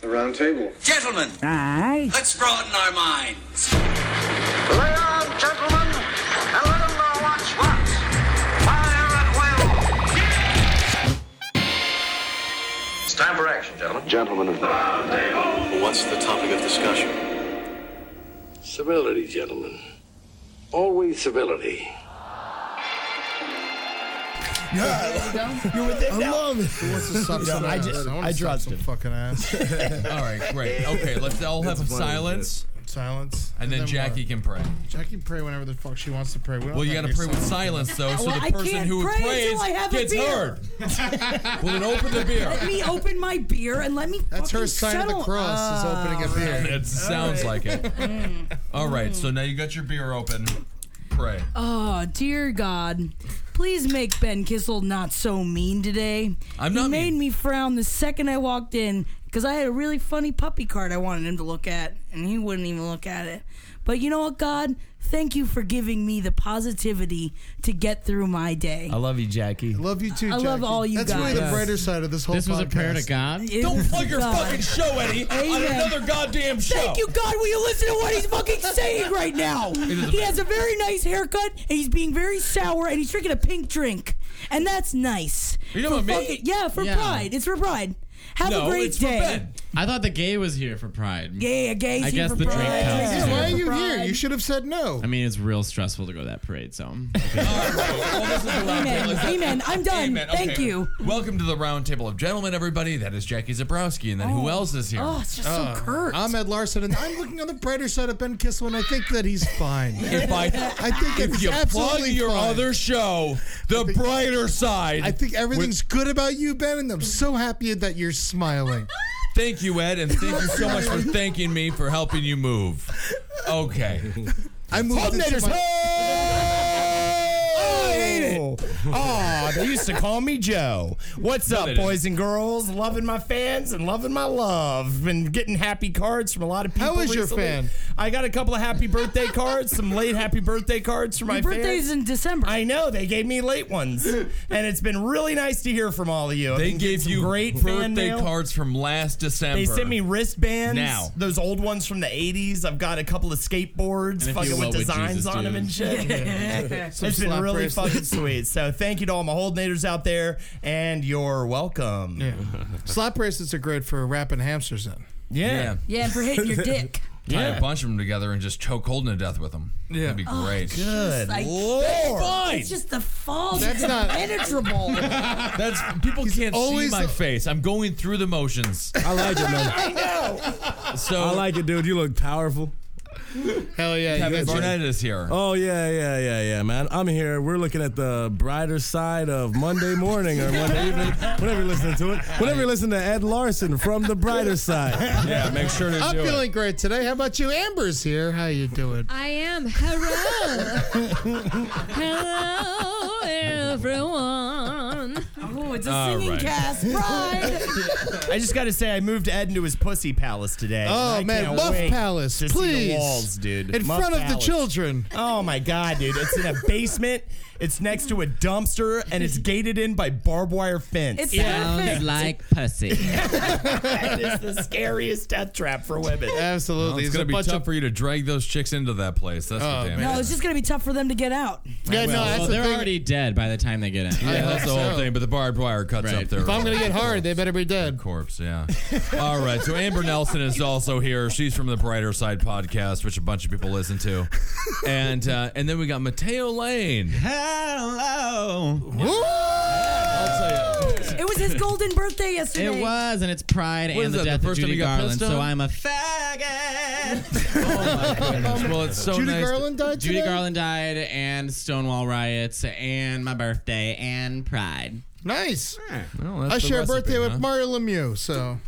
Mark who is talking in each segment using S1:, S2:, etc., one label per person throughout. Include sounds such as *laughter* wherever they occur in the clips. S1: The round table.
S2: Gentlemen,
S3: Aye.
S2: let's broaden our minds.
S4: Lay on, gentlemen, and let 'em know what's what. Fire at will. It's time for action, gentlemen.
S5: Gentlemen of the.
S6: What's the topic of discussion?
S5: Civility, gentlemen. Always civility.
S7: You're with it
S8: I
S7: now.
S8: love it.
S9: Who wants to suck
S7: Yeah,
S9: some
S7: I
S9: ass?
S7: just-
S9: wanna
S7: I
S9: suck
S7: dropped
S9: some
S7: him.
S9: fucking ass.
S8: *laughs* All right,
S9: *laughs*
S10: *laughs*
S8: great. Okay, let's all have a silence,
S9: Silence.
S8: and then
S9: what?
S8: Jackie can pray.
S9: Jackie can pray whenever the fuck she wants to pray. We don't
S8: Well, you
S9: have
S8: got
S9: to
S8: to
S9: be
S8: pray with
S9: silent.
S10: *laughs*
S8: silence, though, so
S10: Well,
S8: the
S10: I
S8: person
S10: can't
S8: who
S10: pray
S8: prays
S10: until I have a
S8: gets
S10: beer.
S8: heard. well, then open the
S10: Let
S8: beer.
S10: me open my beer and let me.
S9: That's her
S10: fucking
S9: sign of the
S10: settle-
S9: cross
S10: Uh,
S9: is opening a beer.
S8: *laughs* That sounds like it.
S10: Mm.
S8: All right, so now you got your beer open. Pray.
S10: Oh, dear God. Please make Ben Kissel not so mean today.
S8: I'm not
S10: He made
S8: mean.
S10: me frown the second I walked in because I had a really funny puppy card I wanted him to look at, and he wouldn't even look at it. But you know what, God? Thank you for giving me the positivity to get through my day.
S7: I love you, Jackie.
S9: Love you too,
S10: I
S9: Jackie.
S10: love all you
S9: That's really the
S10: guys.
S9: brighter side of this whole
S11: This was a prayer to
S9: podcast.
S11: God.
S8: *laughs* Don't plug your fucking show, Eddie, on
S10: Amen.
S8: another goddamn show.
S10: Thank you, God. Will you listen to what he's
S8: *laughs*
S10: fucking saying right now?
S8: doesn't
S10: He has a very nice haircut, and he's being very sour, and he's drinking a pink drink, and that's nice.
S8: You know
S10: For
S8: what, man?
S10: fucking- Yeah, for
S11: Yeah.
S10: pride. It's for pride. Have
S8: No,
S10: a great
S8: it's
S10: day.
S8: for Ben.
S11: I thought the gay was here for Pride.
S10: Yeah, yeah, gay.
S11: I
S10: see,
S11: guess
S10: for
S11: the drink
S10: pride.
S11: counts,
S10: Yeah,
S11: too.
S9: Why are
S10: for
S9: you here?
S10: pride.
S9: You should have said no.
S11: I mean, it's real stressful to go to that parade,
S8: *laughs*
S11: so.
S8: Well, this is the round
S10: Amen.
S8: table. Is that-
S10: Amen. I'm done. Thank you.
S8: Welcome to the round table of gentlemen, everybody. That is Jackie Zabrowski, and then who else is here?
S10: Oh, it's just so curt.
S9: I'm Ed Uh, Larson, and I'm looking on the brighter side of Ben Kissel, and I think that he's fine.
S8: *laughs* If I,
S9: I think that
S8: if
S9: he's
S8: you plug
S9: absolutely
S8: your
S9: fine.
S8: other show, the brighter side.
S9: I think everything's good about you, Ben, and I'm so happy that you're smiling.
S8: Thank you, Ed, and thank you so much
S9: *laughs*
S8: for thanking me for helping you move. Okay.
S9: I moved into
S7: Coordinators,
S9: my,
S7: I hate it. Oh, they used to call me Joe. What's
S8: they
S7: up,
S8: didn't.
S7: boys and girls? Loving my fans and loving my love. Been getting happy cards from a lot of people.
S9: How is your
S7: recently.
S9: fan?
S7: I got a couple of happy birthday cards, some late happy birthday cards from my
S10: Your
S7: fans.
S10: birthday's in December.
S7: I know they gave me late ones, and it's been really nice to hear from all of you. I've
S8: They
S7: been getting
S8: gave
S7: some
S8: you
S7: great fan
S8: birthday
S7: mail.
S8: cards from last December.
S7: They sent me wristbands.
S8: Now.
S7: Those old ones from the 80s. I've got a couple of skateboards
S11: if you
S7: fucking with
S11: love what
S7: designs
S11: Jesus
S7: on them and
S9: *laughs*
S11: does.
S7: shit.
S9: Some
S7: it's been
S9: slap
S7: really
S9: wrist. *laughs*
S7: fucking sweet. So thank you to all my holdnators out there, and you're welcome. Yeah.
S9: Slap bracelets are great for wrapping hamsters in.
S8: Yeah.
S10: yeah, and for hitting your
S8: *laughs*
S10: dick.
S8: Tie a bunch of them together and just choke Holden to death with them. Yeah. That'd be great.
S7: Good.
S10: Like,
S8: Fine.
S10: It's just the false.
S9: That's
S10: That's
S9: not-
S8: *laughs*
S10: impenetrable.
S8: That's people can't see
S9: always
S8: my
S9: the-
S8: face. I'm going through the motions.
S5: I like it,
S8: *laughs*
S5: man.
S8: So
S5: I like it, dude. You look powerful.
S9: Hell yeah. you
S8: Kevin
S9: guys-
S8: Barnett is here.
S5: Oh yeah, yeah, yeah, yeah, man. I'm here. We're looking at the brighter side of Monday morning or
S8: *laughs*
S5: Monday evening, whenever you're listening to it. Whenever you listen to Ed Larson from the brighter side.
S8: *laughs* Yeah, make sure to
S9: I'm
S8: do
S9: feeling great today. How about you? Amber's here. How you doing?
S10: I am. Hello. *laughs* Hello, everyone. Oh, it's a
S8: All
S10: singing
S8: right.
S10: cast. *laughs* Pride.
S7: I just got to say, I moved Ed into his pussy palace today.
S9: Oh,
S7: I
S9: man,
S7: can't
S9: Muff
S7: wait
S9: Palace,
S7: to See
S9: please.
S7: the walls, dude.
S9: In
S7: Muff
S9: front of the
S7: Palace.
S9: children.
S7: Oh my god, dude! It's in a basement. It's next to a dumpster,
S9: *laughs*
S7: and it's gated in by barbed wire fence.
S10: It's
S11: Sounds
S10: perfect.
S11: like pussy.
S7: that is the scariest death trap
S2: *laughs*
S7: for women.
S9: Absolutely.
S8: It's
S9: There's
S8: gonna
S9: a
S8: be
S9: bunch
S8: tough
S9: of-
S8: for you to drag those chicks into that place. That's what they
S10: No,
S8: mean.
S10: it's just gonna be tough for them to get out.
S9: Yeah, no, that's
S11: well,
S9: the
S11: they're
S9: thing.
S11: already dead by the time they get in.
S8: Yeah, that's the whole
S9: so.
S8: thing. But the barbed wire cuts
S11: Right.
S8: up their
S9: if I'm going to get hard, they better be dead.
S8: corpse. Yeah. All
S9: *laughs*
S8: right. So Amber Nelson is also here. She's from the Brighter Side podcast, which a bunch of people listen to, and uh, and then we got Mateo Lane.
S11: Hello.
S10: It was his golden birthday yesterday.
S11: It was, and it's Pride
S8: What is
S11: and the
S8: that, the
S11: death of
S8: first time
S11: Judy
S8: you got
S11: Garland,
S8: pissed
S11: so
S8: on?
S11: I'm a
S8: *laughs*
S11: faggot.
S8: well, it's so
S9: Judy
S8: nice.
S9: Garland died
S11: Judy
S9: today?
S11: Garland died, and Stonewall riots, and my birthday, and Pride.
S9: Nice.
S8: Well, that's
S9: I
S8: the
S9: share a
S8: recipe,
S9: birthday
S8: huh?
S9: with Mario Lemieux, so.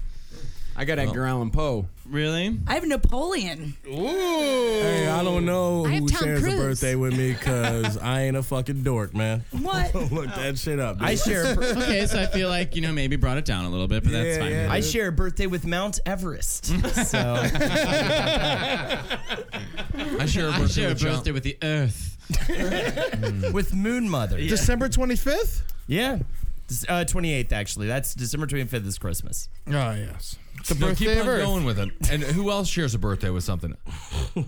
S6: I got Edgar Allan
S8: Oh.
S6: Poe.
S11: Really?
S10: I have Napoleon.
S5: Hey, I don't know
S10: have
S5: who
S10: Tom
S5: shares
S10: Cruise.
S5: a birthday with me because I ain't a fucking dork, man. *laughs*
S10: What?
S5: Look that shit up. Dude.
S7: I share.
S5: *laughs*
S11: Okay, so I
S8: *laughs*
S11: feel like, you know, maybe brought it down a little bit, but that's
S5: Yeah,
S11: fine.
S5: yeah.
S11: *laughs*
S7: I share a birthday with Mount
S2: *laughs*
S7: Everest. So
S8: I share a
S11: I
S8: birthday
S11: share a
S8: with John.
S11: birthday with the earth.
S2: Hmm.
S7: with Moon Mother.
S9: December 25th?
S7: Yeah. Des- Uh, 28th, actually. That's December 25th is Christmas.
S11: Ah,
S9: Oh, yes.
S12: It's the
S8: No,
S12: birthday
S8: keep on
S12: of Earth.
S8: going with it. And who else shares a birthday with something?
S13: uh,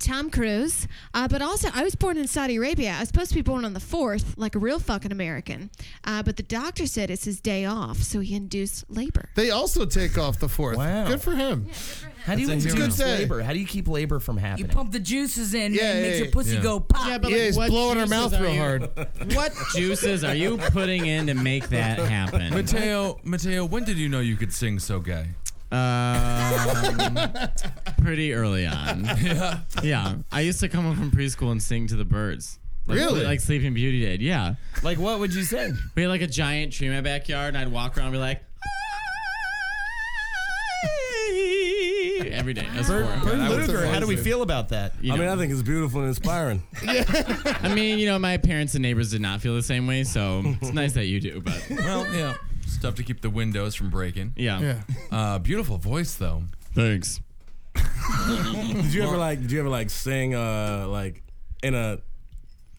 S13: Tom Cruise. Uh, but also, I was born in Saudi Arabia. I was supposed to be born on the 4th, like a real fucking American. Uh, but the doctor said it's his day off, so he induced labor.
S12: They also take off the fourth.
S2: Wow.
S12: Good for him.
S2: How do you
S12: a good
S2: induce
S12: day.
S2: labor? How do you keep labor from
S10: You
S2: happening?
S10: pump the juices in,
S12: Yeah,
S10: man, it makes
S12: yeah,
S10: your pussy
S8: yeah.
S10: go pop.
S11: Yeah, but
S12: Yeah,
S11: like,
S12: he's
S11: what
S12: blowing her
S11: juices
S12: mouth
S11: are
S12: real
S11: you-
S12: hard.
S11: *laughs* What juices are you putting in to make that happen?
S8: Mateo, Mateo, when did you know you could sing so gay?
S11: Um, pretty early on. Yeah. Yeah. I used to come home from preschool and sing to the birds. Like,
S12: Really?
S11: Like Sleeping Beauty did. Yeah.
S2: like, what would you say?
S11: We had like a giant tree in my backyard, and I'd walk around and be like, every day. That's horrible.
S2: Bert
S12: was
S2: Luger, how do we
S12: amazing.
S2: feel about that?
S11: You
S5: I mean,
S11: know.
S5: I think it's beautiful and inspiring.
S11: I mean, you know, my parents and neighbors did not feel the same way, so it's nice that you do. But
S8: Well, yeah, stuff to keep the windows from breaking.
S11: yeah,
S12: Yeah.
S8: Uh, beautiful voice though.
S11: thanks.
S5: Did you ever like? Did you ever like sing? Uh, like in a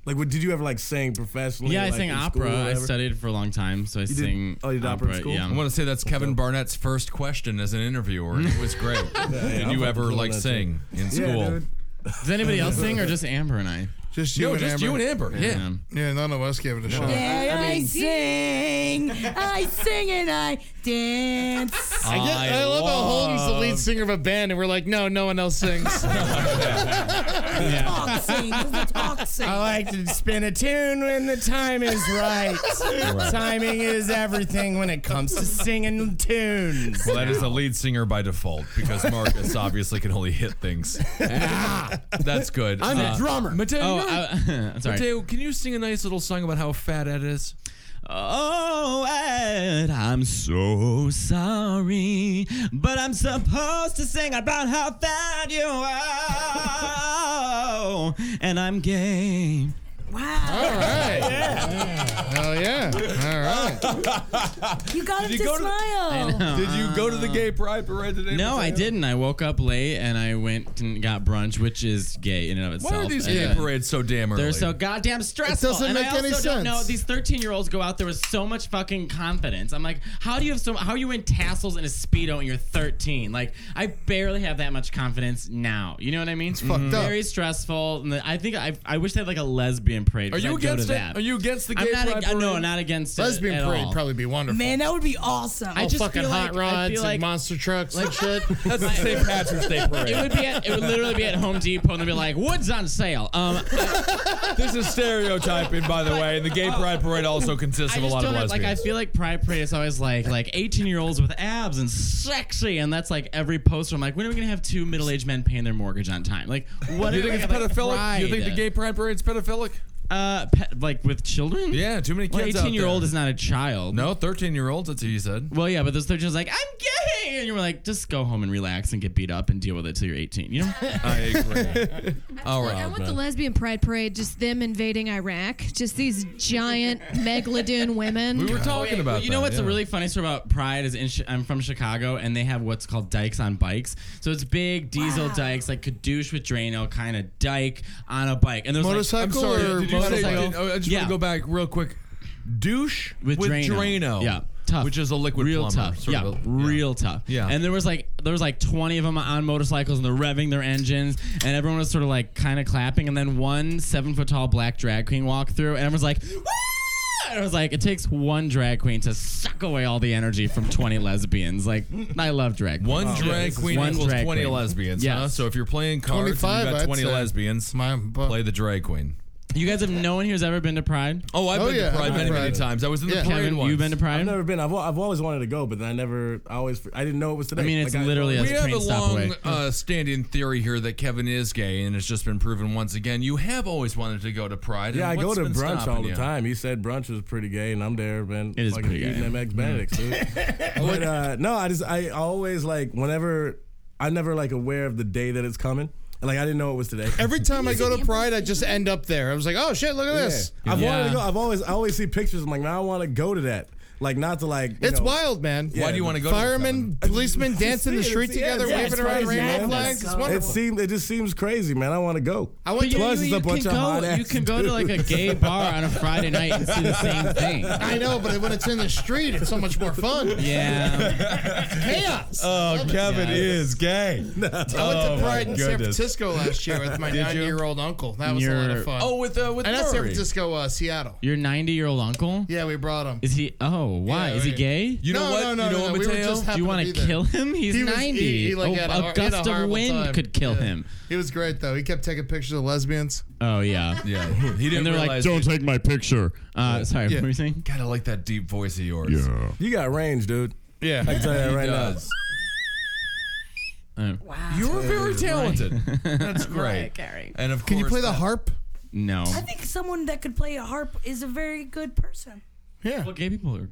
S5: like? What, did you ever like sing professionally?
S11: Yeah, I
S5: like,
S11: sing
S5: in school or
S11: opera. I
S5: whatever?
S11: studied for a long time, so I
S5: did-
S11: sing.
S5: oh, you did opera in school?
S11: Yeah.
S8: I
S5: *laughs*
S8: want to say that's Kevin Barnett's first question as an interviewer. and It
S5: *laughs*
S8: was great. did
S5: I'm
S8: you ever
S5: fucking
S8: like
S5: cool,
S8: sing in
S5: Yeah,
S8: school?
S5: dude.
S11: Does anybody else sing, or just Amber and I?
S12: Just you
S8: no,
S12: and
S8: just
S12: Amber.
S8: you and Amber. Yeah.
S12: Yeah, none of us gave it a shot.
S10: Yeah, I, sing, I sing and I dance.
S12: I, get, I, love, how Holden's the lead singer of a band, and we're like, no, no one else
S11: *laughs*
S12: sings.
S10: Talk sing, talk sing.
S2: *laughs* I like to spin a tune when the time is *laughs* right. Timing is everything when it comes to singing tunes.
S8: Well, that is the lead singer by default because Marcus obviously can only hit things. That's good. I'm
S12: a drummer.
S8: Mateo,
S11: Oh,
S8: you know-
S11: *laughs* I, sorry.
S8: Mateo, can you sing a nice little song about how fat Ed is?
S11: Oh, Ed, I'm so sorry, but I'm supposed to sing about how fat you are, and I'm gay.
S10: Wow,
S12: All right. Hell yeah. All right.
S10: you got him
S8: you
S10: to
S8: go to the-
S10: smile.
S8: Did you go to the gay pride parade today?
S11: No, I didn't. I woke up late and I went and got brunch, which is gay in and of itself.
S8: Why are these
S11: And,
S8: gay
S11: uh,
S8: parades so damn early?
S11: They're so goddamn stressful.
S12: It doesn't
S11: and
S12: make
S11: I also
S12: any
S11: Don't know
S12: sense.
S11: these thirteen-year-olds go out there with so much fucking confidence. I'm like, how do you have so? How are you in tassels and a speedo and you're 13? Like, I barely have that much confidence now. You know what I mean? It's
S12: fucked up.
S11: Very stressful. And I think I, I wish they had like a lesbian parade.
S8: Are
S11: 'cause
S8: you
S11: I'd go to
S8: against it?
S11: that.
S8: Are you against the gay
S11: I'm not.
S8: pride
S11: ag-
S8: parade?
S11: no, not against it at
S12: Lesbian parade
S11: all.
S12: probably be wonderful.
S10: Man, that would be awesome.
S11: I
S12: All
S11: just
S12: Oh, fucking
S11: feel
S12: hot
S11: like- I
S12: rods
S11: feel
S12: and
S11: like-
S12: monster trucks
S11: *laughs*
S12: and shit.
S8: That's the St. Patrick's Day
S11: It
S8: parade.
S11: would be at, it would literally be at Home Depot and they'd be like, "Wood's on sale." Um,
S8: this is stereotyping, by the way, and the gay pride parade also consists
S11: Oh. I
S8: of a
S11: just
S8: lot of
S11: don't know, like I
S8: lesbians.
S11: feel like Pride Parade is always like like 18 year olds with abs and sexy, and that's like every poster. I'm like, when are we gonna have two middle aged men paying their mortgage on time? Like, what?
S8: Do you
S11: are we
S8: think it's
S11: gonna have,
S8: pedophilic?
S11: Like,
S8: you think the
S11: Pride?
S8: gay pride parade's pedophilic?
S11: uh, pe- like with children?
S8: Yeah, too many
S11: Well,
S8: kids.
S11: 18 year old
S8: out
S11: is not a child.
S8: there. no 13 year olds. That's what you said.
S11: Well, yeah, but those 13 year olds like, I'm gay, and you're like, just go home and relax and get beat up and deal with it till you're 18. You know?
S8: *laughs* I agree. All
S13: Like, I
S8: right.
S13: want the lesbian pride parade, just them invading Iraq, just these *laughs* giant megalodon women.
S8: We were talking about.
S11: Well, you know
S8: that,
S11: what's
S8: yeah.
S11: a really funny story about Pride is in Chi- I'm from Chicago and they have what's called dikes on bikes. So it's big diesel dikes like Kadoosh with Drano kind of dike on a bike. And there's
S12: Motorcycle
S8: I'm sorry.
S12: or
S8: Did you say?
S12: motorcycle?
S8: did- oh, I just
S11: Yeah.
S8: want to go back real quick. Douche
S11: With Drano.
S8: Drano.
S11: Yeah, tough.
S8: Which is a liquid
S11: real
S8: plumber,
S11: tough,
S8: sort
S11: yeah,
S8: of a-
S11: real tough.
S8: Yeah.
S11: And there was like there was like 20 of them on motorcycles and they're revving their engines and everyone was sort of like kind of clapping and then one seven foot tall black drag queen walked through and everyone's like. "Woo!" And I was like, it takes one drag queen to suck away all the energy from 20 lesbians. Like, *laughs* I love drag queens.
S8: One drag queen
S11: one
S8: equals
S11: drag
S8: 20
S11: queen.
S8: lesbians.
S11: Yes.
S8: Huh? So if you're playing cards and
S12: 25,
S8: you got
S12: I'd
S8: 20
S12: say.
S8: lesbians,
S12: My- but-
S8: play the drag queen.
S11: You guys have no one here's ever been to Pride.
S8: Oh, I've
S12: Oh,
S8: been
S12: yeah,
S8: to Pride
S12: I've been
S8: many,
S12: to
S8: many
S12: Pride.
S8: times. I was in the
S12: Yeah.
S8: parade
S11: Kevin,
S8: once.
S11: you've been to
S5: I've
S11: Pride.
S5: never been. I've, al- I've always wanted to go, but then I never. I always. I didn't know it was today.
S11: I mean, it's
S5: Like,
S11: literally a
S8: we have
S11: train
S8: a
S11: stop away.
S8: long uh, standing theory here that Kevin is gay, and it's just been proven once again. You have always wanted to go to Pride.
S5: Yeah, I
S8: and
S5: go
S8: what's
S5: to
S8: been
S5: brunch
S8: stopping
S5: all the
S8: you?
S5: time. He said brunch was pretty gay, and I'm there, man.
S11: It is
S5: fucking
S11: pretty gay.
S5: Eating them eggs Benedict, dude. but uh, no, I just I always like whenever I never like aware of the day that it's coming. And, Like I didn't know it was today.
S12: Every time I
S5: *laughs*
S12: go to Pride, I just end up there. I was like, oh shit, look at
S5: Yeah.
S12: this.
S5: I've
S11: Yeah.
S5: wanted to go. I've always I always see pictures. I'm like, man, I want to go to that. Like not to like. you
S9: It's
S5: know-
S9: wild, man.
S5: Yeah,
S9: Firemen,
S5: *laughs*
S9: policemen dance in the
S5: See,
S9: street
S5: it's-
S9: together,
S5: yeah, it's
S9: waving around
S5: crazy,
S9: rainbow
S5: man.
S9: flags. It's
S5: It
S9: wonderful.
S5: seems it just seems crazy, man. I want to go. I
S9: want
S11: But you,
S5: Plus,
S11: you,
S5: it's
S11: you
S5: a bunch
S11: can
S5: of hot
S11: go, you
S5: ass
S11: can go to like a gay bar on a Friday night and see the same
S5: *laughs*
S11: thing.
S9: I know, but when it's in the street, it's so much more fun.
S11: Yeah.
S9: Chaos.
S14: Oh, Kevin
S11: Yeah.
S14: is gay.
S9: I went
S14: Oh,
S9: to
S14: my
S9: Pride in San
S14: goodness.
S9: Francisco last year *laughs* with my
S11: Did you?
S9: 90 year old uncle. That was a lot
S11: You're-
S9: of fun.
S11: Oh, with, uh, with
S9: and not San
S11: Murray.
S9: Francisco, uh, Seattle.
S11: Your 90 year old uncle?
S9: Yeah, we brought him.
S11: Is he? Oh, why?
S9: Yeah,
S11: is he
S9: right.
S11: gay?
S9: You know No, what? no, no, You know no, what, no, we were Mateo? just
S11: Do you
S9: happened
S11: want
S9: to
S11: to
S9: be there.
S11: kill him? He's
S9: He was-
S11: 90.
S9: he- he, like,
S11: oh,
S9: had
S11: a,
S9: a hor- he had a
S11: gust of
S9: horrible
S11: wind
S9: time.
S11: could kill
S9: Yeah.
S11: him.
S9: He was great though. He kept taking pictures of lesbians.
S11: Oh yeah,
S8: yeah. He didn't
S11: And they're like,
S8: realize
S11: "Don't
S8: he-
S11: take my picture." Uh, sorry, what were you saying?
S8: God, I like that deep voice of yours. Yeah.
S5: You got range, dude. Yeah, I can tell you that
S11: *laughs*
S8: He
S5: right
S8: does.
S11: Oh.
S8: You're very talented.
S11: *laughs*
S8: That's
S10: Right,
S8: great.
S10: Gary.
S8: And of
S9: Can you
S8: course
S9: play the
S8: that-
S9: harp?
S11: No.
S10: I think someone that could play a harp is a very good person.
S9: Yeah.
S11: Well, gay people are.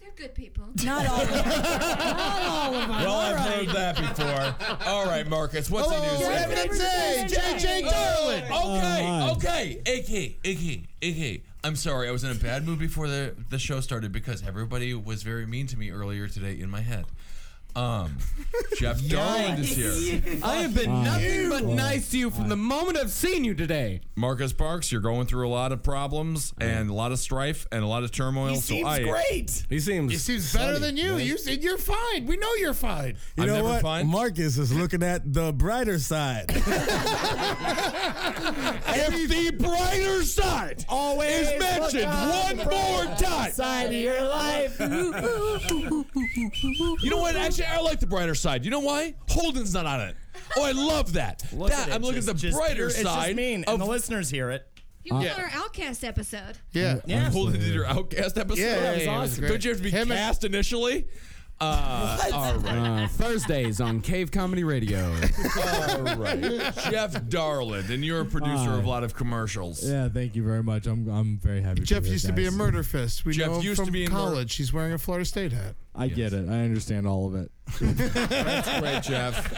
S7: They're good people.
S10: Not all. not all of them.
S8: Well,
S10: all
S8: I've
S10: right.
S8: heard that before. All right, Marcus, what's the news?
S9: Oh, Evidence A, JJ Darlin.
S8: oh, Okay, okay, Icky, Icky, Icky. I'm sorry, I was in a bad mood before the the show started because everybody was very mean to me earlier today in my head.
S9: *laughs*
S8: Um, Jeff Darland is here.
S2: I have been nothing but nice to you from the moment I've seen you today.
S8: Marcus Parks, you're going through a lot of problems and a lot of strife and a lot of turmoil.
S9: He
S8: so
S9: seems
S8: I,
S9: great.
S5: He seems.
S9: He seems better than you. You said you're fine. We know you're fine.
S5: You
S8: I'm
S5: know
S8: never
S5: what?
S8: fine.
S5: Marcus is looking at the brighter
S11: *laughs*
S5: side.
S14: If the brighter side
S2: Always
S14: is mentioned one more time,
S2: Side of your life.
S8: You know what? Actually, I like the brighter side. You know why? Holden's not on it. Oh, I love
S9: *laughs*
S8: that. that I'm looking at the brighter side.
S2: mean, and
S8: of
S2: the listeners hear it.
S7: You
S8: Yeah.
S7: yeah. our Outcast episode.
S9: Yeah.
S2: Yeah.
S8: Holden did your Outcast episode.
S9: Yeah, yeah, yeah, it was great.
S8: Don't you have to be
S9: Him and-
S8: cast initially? Uh, all right,
S2: Uh, Thursdays on Cave Comedy Radio.
S8: all right. *laughs* Jeff Darland, and you're a producer of a lot of commercials.
S14: *laughs* Yeah, thank you very much. I'm I'm very happy. to
S9: Jeff
S14: be here,
S9: used to be a
S14: guys.
S9: murder fist. We
S8: Jeff
S9: know him
S8: used to
S9: from
S8: be in mur-
S9: college. He's wearing a Florida State hat.
S14: I get it. I understand all of it.
S8: That's great, Jeff.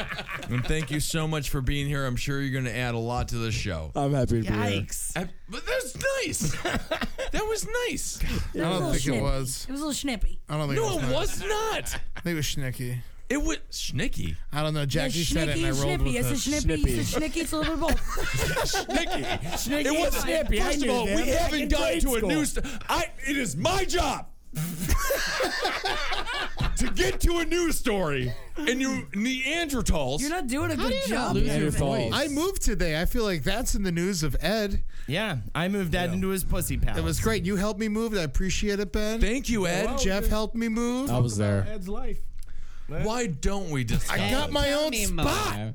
S8: And thank you so much for being here. I'm sure you're going to add a lot to the show.
S14: I'm happy to be here.
S10: Yikes.
S8: I- but
S2: *laughs*
S8: that's nice. that was nice.
S9: I
S10: It was a
S9: don't
S10: little
S9: think it
S10: snippy.
S9: was.
S10: It was a little snippy.
S9: I don't think it
S8: No,
S9: was.
S8: it
S9: nice.
S8: was not.
S9: I think it was Schnicky.
S8: It was Schnicky.
S9: I don't know. Jackie said it, and I
S10: Schnicky,
S9: rolled
S10: snippy.
S9: with
S10: It's a
S9: it.
S10: snippy. It's a snicky. It's a little bit of both.
S8: Schnicky. It was
S2: Snippy. I
S8: First of
S2: knew
S8: all,
S2: them
S8: we
S2: back
S8: haven't
S2: in
S8: gotten
S2: grade
S8: to a
S2: school.
S8: new. St- I. It is my job *laughs* to get to a news story, and you Neanderthals.
S10: You're not doing a good
S7: you
S10: job.
S7: not
S11: lose
S10: here,
S11: your
S10: man.
S11: voice?
S9: I moved today. I feel like that's in the news of Ed.
S2: yeah, I moved that into his pussy palace.
S9: It was great. You helped me move. I appreciate it, Ben.
S8: Thank you, Ed.
S9: Jeff helped me move.
S14: I was there.
S5: Ed's life.
S8: Why don't we discuss?
S9: I got
S8: it?
S9: my own spot.
S11: Mom.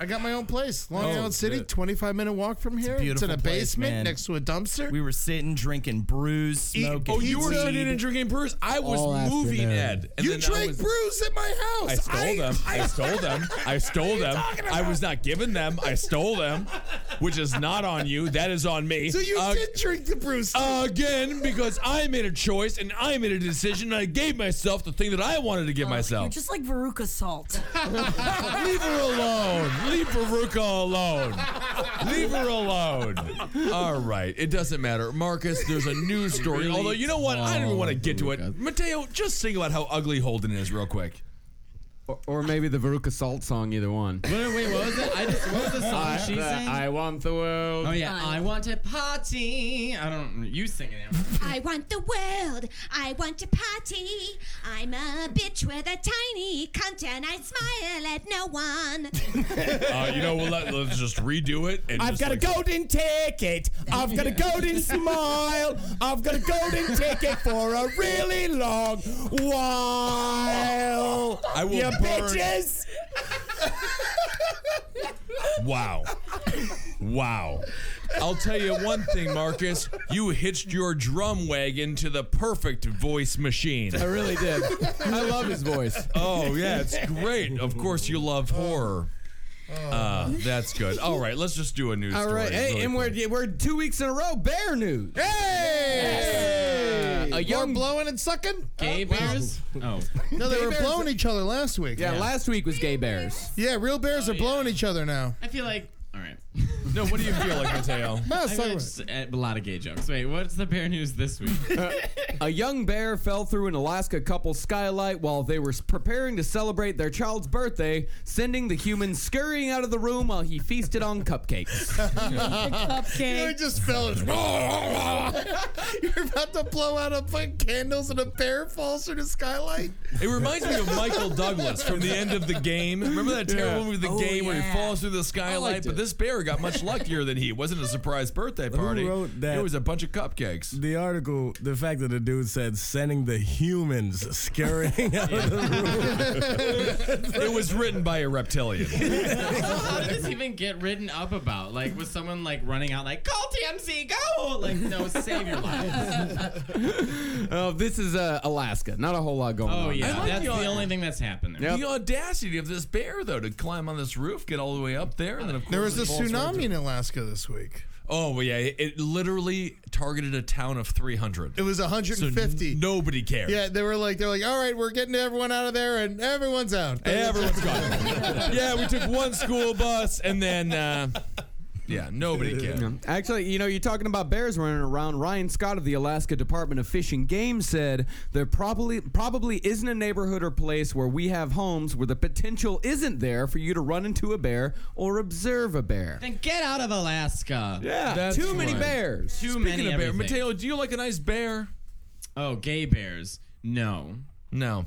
S9: I got my own place, Long
S5: Oh,
S9: Island City,
S5: good.
S9: 25 minute walk from here. It's,
S2: beautiful
S9: in a
S2: place,
S9: basement
S2: man.
S9: next to a dumpster.
S2: We were sitting, drinking brews, smoking.
S8: Oh, you were
S2: weed.
S8: sitting and drinking brews. I was
S14: All
S8: moving
S14: afternoon.
S8: Ed. And
S9: you
S8: then I
S9: drank
S8: was-
S9: brews at my house.
S8: I stole them. I stole them. I stole them. I was not given them. I stole them, which is not on you. That is on me.
S9: So you
S8: Uh,
S9: did drink the brews.
S8: again because I made a choice and I made a decision and I gave myself the thing that I wanted to give
S10: You're
S8: myself.
S10: just like Veruca Salt. *laughs*
S8: Leave her alone. Leave Veruca alone. Leave her alone. All right. It doesn't matter. Marcus, there's a news story. Although, you know what? I don't even want to get to it. Mateo, just sing about how ugly Holden is real quick.
S15: Or, or maybe the Veruca Salt song, either one.
S11: Wait, wait, what was it? I uh, just, what was the song she sang?
S15: I want the world.
S11: oh yeah, I want to party. I don't. You sing it. Amber.
S13: *laughs* I want the world. I want to party. I'm a bitch with a tiny cunt and I smile at no one.
S11: *laughs*
S8: Uh, you know, we'll let, let's just redo it. And
S2: I've
S8: just
S2: got a
S8: like-
S2: golden ticket. I've got a
S8: *laughs*
S2: golden smile. I've got a golden ticket for a really long while.
S8: I will
S2: you
S8: burn- *laughs*
S2: bitches.
S8: Wow. Wow. I'll tell you one thing, Marcus. You hitched your drum wagon to the perfect voice machine.
S14: I really did. I love his voice.
S8: Oh, yeah, it's great. Of course, you love horror. Uh, that's good. All right, let's just do a news
S14: All
S8: story.
S14: right. Hey,
S8: really
S14: and
S8: quick.
S14: we're, we're two weeks in a row. Bear news.
S9: Hey!
S14: Uh,
S9: You're
S14: a young Uh,
S9: blowing and sucking?
S11: Gay bears.
S12: *laughs*
S11: Oh,
S9: No, they were blowing each other last week.
S14: Yeah, last week was gay bears.
S8: Oh,
S9: Yeah, real bears are blowing each other now.
S11: I feel like. All right.
S8: No, what do you feel like,
S12: *laughs*
S8: Mateo?
S11: I mean, just eh, a a lot of gay jokes. Wait, what's the bear news this week?
S14: A young bear fell through an Alaska couple's skylight while they were preparing to celebrate their child's birthday, sending the human scurrying out of the room while he feasted on cupcakes.
S10: Cupcake.
S12: *laughs* You just fell. *laughs* You're about to blow out a bunch of candles and a bear falls through the skylight.
S8: It reminds me of Michael Douglas from the end of the game. Remember that terrible
S12: Yeah.
S8: movie, The
S12: Oh,
S8: Game, where he
S12: yeah.
S8: falls through the skylight?
S12: liked
S8: But
S12: it.
S8: this bear got much luckier than he. It wasn't a surprise birthday party.
S5: wrote that?
S8: It was a bunch of cupcakes.
S5: The article, the fact that the dude said sending the humans scurrying *laughs* out of the room.
S8: it was written by a reptilian.
S11: *laughs* How did this even get written up about? Like, was someone like running out like, call TMC, go! Like, no, save your life.
S10: *laughs*
S14: Oh, this is uh, Alaska. Not a whole lot going on.
S11: Oh yeah,
S8: like
S11: that's
S8: the-
S11: the only thing that's happened there.
S8: The audacity of this bear, though, to climb on this roof, get all the way up there, and then of course
S12: There was a
S8: it falls right
S12: tsunami
S8: through.
S12: in Alaska this week.
S8: Oh well, yeah, it, it literally targeted a town of 300.
S12: It was 150.
S8: So nobody cared.
S12: Yeah, they were like, they're like, all right, we're getting everyone out of there, and everyone's out.
S8: Everyone's
S12: *laughs*
S8: gone. *laughs* yeah, we took one school bus, and then uh, yeah, nobody cared.
S14: Actually, you know, you're talking about bears running around. Ryan Scott of the Alaska Department of Fish and Game said there probably probably isn't a neighborhood or place where we have homes where the potential isn't there for you to run into a bear or observe a bear.
S11: Then get out of Alaska.
S14: Yeah, too many
S11: right.
S14: bears.
S11: Too
S14: Speaking
S11: many
S14: of
S11: of
S14: bear,
S11: bears.
S8: Mateo, do you like a nice bear?
S11: Oh, gay bears. No. *laughs*
S8: No.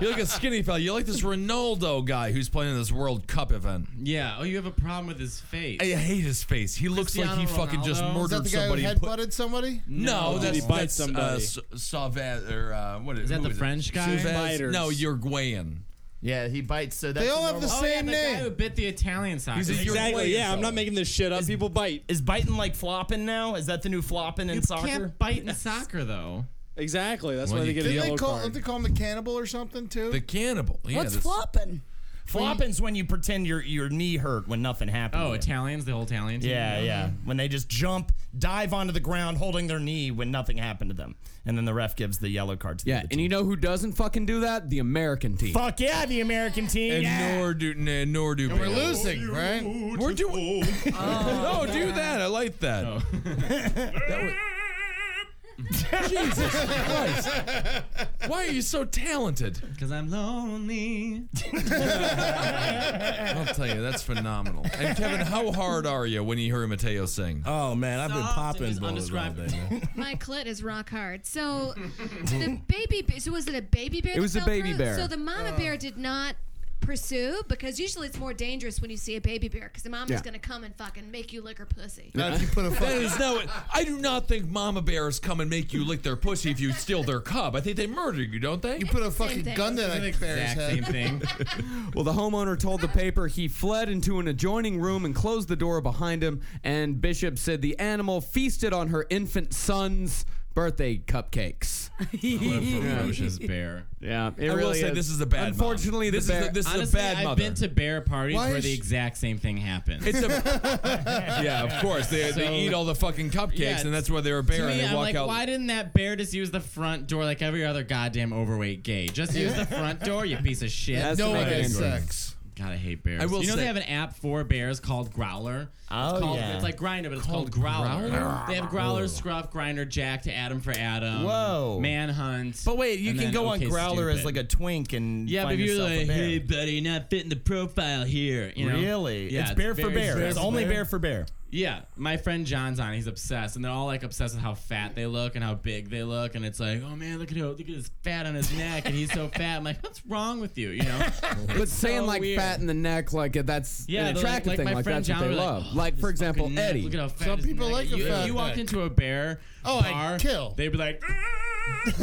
S8: You're like a skinny fella. You're like this Ronaldo guy who's playing in this World Cup event.
S11: Yeah. Oh, you have a problem with his face.
S8: I hate his face. He looks like he
S11: Cristiano
S8: fucking just
S12: Is
S11: Ronaldo?
S12: that
S8: murdered
S12: the guy
S8: somebody.
S12: who
S8: and
S12: head
S8: put-
S12: butted somebody?
S8: no,
S11: No.
S8: that's,
S11: Did he bite
S8: that's,
S11: somebody?
S8: Uh, Savaz or uh, what is,
S11: Is that
S8: who
S11: the
S8: it?
S11: French guy?
S8: Suvaez-
S11: Biters.
S8: No, Uruguayan.
S4: Yeah, he bites. So that's
S12: They all have the
S11: oh,
S12: same
S11: yeah, the guy
S12: name.
S11: who bit the Italian soccer.
S4: He's a
S11: player.
S4: Exactly, yeah, I'm not
S7: making this shit up. People bite. Is biting like flopping now? Is that the new flopping in
S11: You
S7: soccer?
S11: can't bite in soccer though.
S7: Exactly. That's
S11: Well,
S7: why they
S11: you
S7: get a
S11: can-
S12: Didn't
S7: yellow
S12: they call,
S7: card.
S12: didn't they call him the cannibal or something too?
S8: The cannibal. Yeah,
S7: What's
S8: this-
S10: flopping?
S7: Flopping's when you pretend your your knee hurt when nothing happened.
S11: Oh,
S7: to you.
S11: Italians, the whole Italian. team?
S7: Yeah, yeah. When they just jump, dive onto the ground, holding their knee when nothing happened to them, and then the ref gives the yellow card to the
S14: Yeah, and you know who doesn't fucking do that? The American team.
S7: Fuck yeah, the American team.
S8: And
S7: yeah.
S8: nor do nah, nor do *laughs*
S12: And we're
S8: Bale.
S11: Oh,
S12: losing, right?
S8: We're *laughs* doing. Oh, do that. I like that. *laughs* That was- Jesus
S2: *laughs*
S8: Christ! Why are you so talented?
S11: Because I'm lonely.
S8: I'll tell you, that's phenomenal. And Kevin, how hard are you when you hear Mateo sing?
S5: Oh man, I've been
S11: Soft
S5: popping
S11: is
S5: balls all day.
S11: undescribable.
S5: Man.
S13: My clit is rock hard.
S11: *laughs*
S13: So the baby. Ba- so was it a baby bear?
S14: It
S13: that
S14: was a
S13: fell
S14: baby
S13: through?
S14: bear.
S13: So the mama bear did not pursue because usually it's more dangerous when you see a baby bear because the mama's
S8: Yeah.
S13: gonna come and fucking make you lick her pussy.
S12: *laughs* Not if you put a
S8: That
S12: fucking.
S8: is no. I do not think mama bears come and make you lick their pussy if you steal their cub. I think they murder you, don't they?
S12: You put a
S13: Same
S12: fucking
S13: thing.
S12: gun to that
S13: Exact
S12: bear's
S11: Exact
S12: head.
S11: same thing.
S14: Well, the homeowner told the paper he fled into an adjoining room and closed the door behind him. And Bishop said the animal feasted on her infant son's birthday
S11: *laughs*
S14: cupcakes.
S11: Ferocious bear.
S14: Yeah, it
S8: I will
S14: really
S8: say
S14: is.
S8: this is a bad mom.
S14: Unfortunately,
S8: This
S14: the
S8: is
S14: bear.
S8: the- this is a
S11: Honestly,
S8: bad
S11: I've
S8: mother.
S11: been to bear parties
S12: Why
S11: where
S12: is
S11: the
S12: she-
S11: exact same thing happens.
S8: It's
S11: *laughs*
S8: a yeah, of course. They,
S11: So-
S8: they eat all the fucking cupcakes,
S11: Yeah,
S8: and that's why they're a bear.
S11: To me,
S8: and they
S11: I'm
S8: walk
S11: like,
S8: out.
S11: why didn't that bear just use the front door like every other goddamn overweight gay? Just use the front door, you piece of shit.
S14: That's
S12: No
S14: the
S12: one
S14: right
S12: has
S14: answer.
S12: sex.
S11: God, I hate bears.
S8: I will
S11: you know
S8: say-
S11: they have an app for bears called Growler.
S7: Oh,
S11: it's called,
S7: yeah.
S11: It's like Grinder, but it's called, Growler. They have Growler, Scruff, Grinder, Jack to Adam for Adam.
S7: Whoa.
S11: Manhunt.
S7: But wait, you
S11: and
S7: can
S11: then
S7: go on
S11: OK
S7: Growler
S11: Stupid.
S7: as like a twink and
S11: yeah, but
S7: find
S11: if you're
S7: yourself a
S11: like,
S7: bear.
S11: hey buddy, you're not fitting the profile here. You know?
S7: really?
S11: Yeah,
S7: it's bear for
S11: very
S7: bear.
S11: specific.
S7: It's only bear for bear.
S11: Yeah, my friend John's on. He's obsessed, and they're all like obsessed with how fat they look and how big they look, and it's like, oh man, look at how look at his fat on his neck, and he's so fat. I'm like, what's wrong with you? You know?
S8: *laughs*
S14: But saying like
S11: weird.
S14: fat in the neck, like that's
S11: Yeah,
S14: an
S11: they're like-
S14: attractive
S11: like my
S14: thing, like
S11: friend
S14: that's what
S11: John
S14: they
S11: were like,
S14: love.
S11: "Oh,
S14: Like for example,
S11: Fucking neck,
S14: Eddie.
S11: Look at how fat
S12: Some
S11: his
S12: people
S11: neck
S12: like
S11: is.
S12: a
S11: you,
S12: fat
S11: you walk
S12: neck.
S11: into a bear
S12: Oh, I'd
S11: bar,
S12: kill.
S11: They'd be like, "Ah!"
S8: *laughs*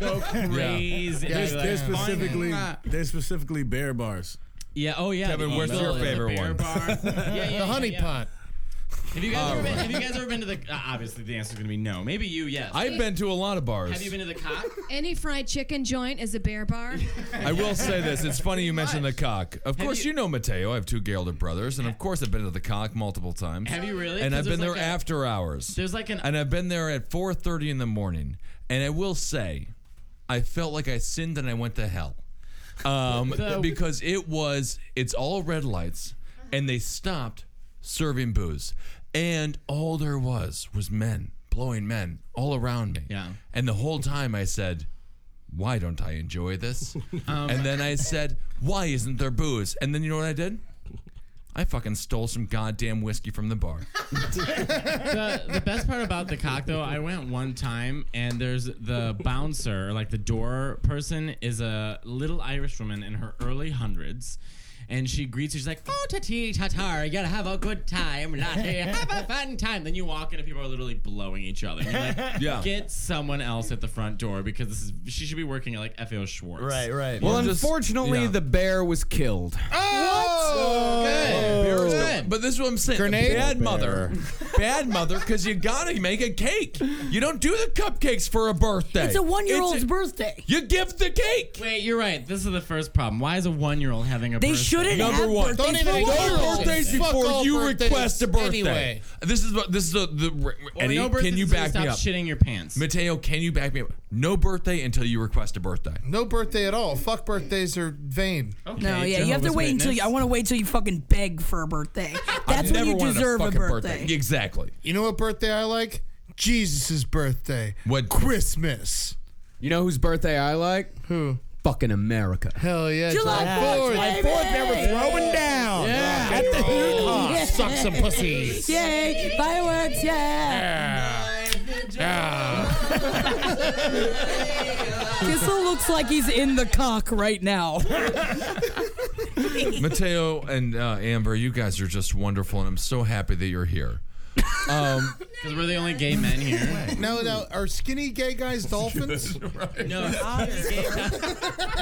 S11: go crazy.
S12: Yeah.
S11: They'd
S5: There's,
S11: be
S5: there's
S11: like,
S5: specifically there's specifically bear bars.
S11: yeah, oh yeah.
S8: Kevin,
S11: the
S8: where's
S11: eagle
S8: your
S11: and the
S8: favorite
S11: bear *laughs*
S8: one?
S11: Bar. Yeah, yeah,
S12: The
S11: yeah,
S12: honey
S11: yeah.
S12: pot.
S11: Have you guys ever been? Have you guys ever been to the? Uh, obviously, the answer's gonna be no. Maybe you, yes.
S8: I've been to a lot of bars.
S11: have you been to the cock?
S13: Any fried chicken joint is a bear bar.
S8: *laughs* I will say
S11: *laughs*
S8: this. It's funny you mentioned the cock. Of
S11: Have
S8: course, you,
S11: you-
S8: know Mateo. I have two gay older brothers, and of course, I've been to the cock multiple times.
S11: Have you really?
S8: And
S11: 'Cause
S8: I've been there
S11: there's like a-
S8: after hours.
S11: There's like an
S8: And I've been there at 4:30 in the morning. And I will say, I felt like I sinned and I went to hell, um,
S11: The-
S8: because it was it's all red lights, and they stopped serving booze. And all there was was men, blowing men all around me. Yeah. And the whole time I said, why don't I enjoy this? and then I said, why isn't there booze? And then you know what I did? I fucking stole some goddamn whiskey from the bar.
S11: the, the best part about the cock though, I went one time and there's the bouncer, like the door person, is a little Irish woman in her early hundreds. And she greets you. She's like, "Oh, tati tatar, you gotta have a good time, latte. *laughs* Have a fun time." Then you walk in, and people are literally blowing each other. And you're
S14: *laughs*
S11: like,
S8: Yeah.
S11: Get someone else at the front door because this is she should be working at like FAO Schwartz.
S14: Well, unfortunately, the bear was killed.
S8: Oh,
S14: Bear was
S8: Good. But this is what I'm saying.
S14: Grenade?
S8: Bad
S14: Bear.
S8: mother. Bad mother, because you gotta make a cake. You don't do the cupcakes for a birthday.
S10: It's a one-year-old's
S8: It's a-
S10: birthday.
S8: You give the cake.
S11: Wait, you're right. This is the first problem. Why is a one-year-old having a
S10: They
S11: birthday?
S10: shouldn't Number have one, birthdays don't even for
S8: No
S10: one-year-olds.
S8: birthdays
S11: Fuck
S8: before
S11: all
S8: you
S11: birthdays
S8: request a birthday.
S11: anyway.
S8: This is what this is the, the
S11: Or
S8: Eddie.
S11: no birthdays
S8: can you
S11: until you
S8: back
S11: stop
S8: me up?
S11: shitting your pants.
S8: Mateo, can you back me up? No birthday until you request a birthday.
S9: *laughs* No birthday at all. Fuck birthdays are vain.
S10: no, yeah, you have to wait until you. I want to wait until you fucking beg for a
S9: *laughs*
S10: birthday. That's
S8: I've
S10: when
S8: never
S10: you
S8: wanted
S10: deserve
S8: a,
S10: a,
S8: fucking
S10: birthday.
S8: Exactly.
S9: You know what birthday I like?
S10: *laughs*
S9: Jesus' birthday.
S8: What?
S9: Christmas.
S14: You know whose birthday I like? Who? Fucking America.
S9: Hell yeah.
S2: July Fourth, July Fourth, they were throwing down.
S9: Yeah.
S2: At the hoot ha.
S8: Ah,
S10: Yeah.
S2: Suck some pussies.
S10: Yay! Fireworks! Yeah.
S2: Yeah.
S10: *laughs* Kissel looks like he's in the cock right now.
S8: Mateo and uh, Amber, you guys are just wonderful, and I'm so happy that you're here.
S11: *laughs*
S8: Um,
S11: Because we're the only gay men here.
S9: Now, now, are skinny gay guys dolphins?
S11: No.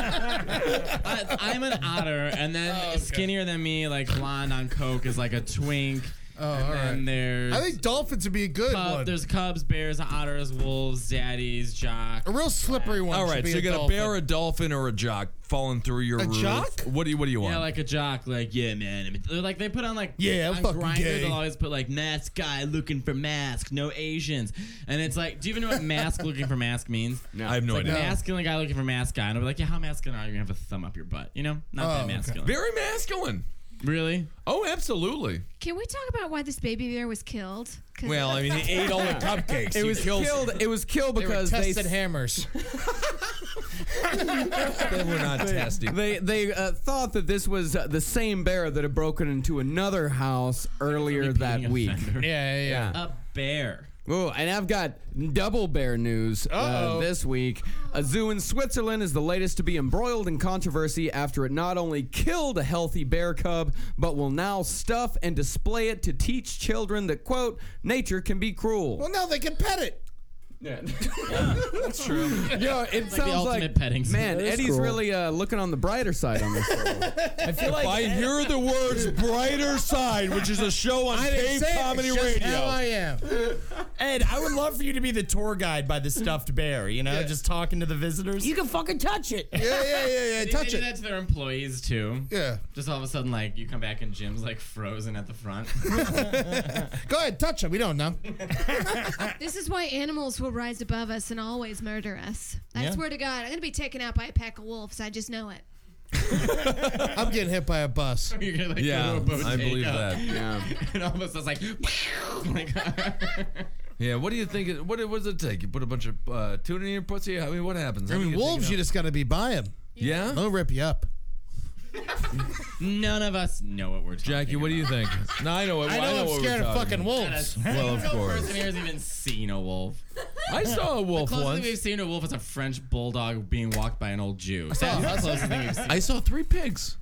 S11: I, I'm an otter, and then
S9: Oh,
S11: skinnier than me, like blonde on coke, is like a twink.
S9: Oh,
S11: and
S9: all
S11: then
S9: right.
S11: there's
S9: I think dolphins would be a good
S11: cub-
S9: one.
S11: there's cubs, bears, otters, wolves, daddies, jock.
S9: A real slippery one.
S8: all
S9: should
S8: right,
S9: be
S8: so you got a
S9: dolphin.
S8: bear, a dolphin, or a jock falling through your
S9: A
S8: roof.
S9: jock?
S8: What do you What do you want?
S11: Yeah, like a jock. Like yeah, man. *laughs* I mean, they're like they put on like
S9: Yeah, I'm
S11: on
S9: fucking
S11: Grindr,
S9: gay.
S11: They'll always put like mask guy looking for mask, no Asians, and it's like, do you even know what mask looking for mask means?
S8: I have no
S11: It's like
S8: idea.
S11: masculine guy looking for mask guy, and I'll be like, yeah, how masculine are you? You have a thumb up your butt, you know? Not that masculine.
S8: Very masculine.
S11: Really?
S8: Oh, absolutely.
S13: Can we talk about why this baby bear was killed? 'Cause-
S8: Well, I mean, he
S14: *laughs*
S8: ate all the
S14: It
S8: cupcakes. He
S14: was
S8: kills-
S14: killed. It was killed
S8: They were
S14: because they *laughs*
S8: tested
S14: hammers.
S8: They were not testing.
S14: They they uh, thought that this was uh, the same bear that had broken into another house earlier that week.
S11: Yeah,
S14: yeah, yeah.
S11: A bear.
S14: Oh, and I've got double bear news uh,
S11: Uh-oh.
S14: this week. A zoo in Switzerland is the latest to be embroiled in controversy after it not only killed a healthy bear cub, but will now stuff and display it to teach children that, quote, nature can be cruel.
S9: Well, now they can pet it.
S14: That's true. *laughs* Yo, it
S11: It's like the
S14: sounds
S11: ultimate
S14: like
S11: petting
S14: man.
S11: zoo. That is
S14: Eddie's
S11: cool.
S14: really uh, looking on the brighter side
S11: *laughs*
S14: on this. I
S5: feel like- I hear the words brighter side, which is a show on
S14: I
S5: didn't
S14: cave
S5: say it, comedy it's just radio. how I
S9: am.
S7: *laughs* Ed, I would love for you to be the tour guide by the stuffed bear. You know, just talking to the visitors.
S10: You can fucking touch it.
S11: *laughs* They- they do that to their employees too.
S9: Yeah.
S11: Just all of a sudden, like you come back and Jim's like frozen at the front. *laughs*
S9: Go ahead, touch it. We don't know.
S13: *laughs* This is why animals will rise above us and always murder us. I
S9: Yeah.
S13: swear to God, I'm going to be taken out by a pack of wolves. I just know it.
S9: I'm getting hit by a bus.
S11: *laughs* You're gonna, like, go
S8: Yeah,
S11: to a bodega.
S8: I believe that. Yeah.
S11: and all of a sudden, it's like,
S8: Yeah, what do you think? it- What, what does it take? You put a bunch of uh, tuna in your pussy? I mean, what happens?
S9: I mean, wolves, you just got to be by them.
S8: Yeah?
S9: They'll rip you up.
S11: none of us know what we're talking
S8: Jackie, what do you
S11: *laughs*
S8: think? no, I know what
S9: I know I'm
S8: what we're
S9: scared of
S8: talking
S9: fucking
S8: about.
S9: wolves.
S8: Well, of
S11: no
S8: course.
S11: person here has even seen a wolf.
S8: I saw a wolf
S11: the closest
S8: once.
S11: thing we've seen to a wolf is a French bulldog being walked by an old Jew. So
S9: Oh,
S11: that's the
S9: that's- *laughs*
S11: closest thing we've seen.
S8: I saw three pigs.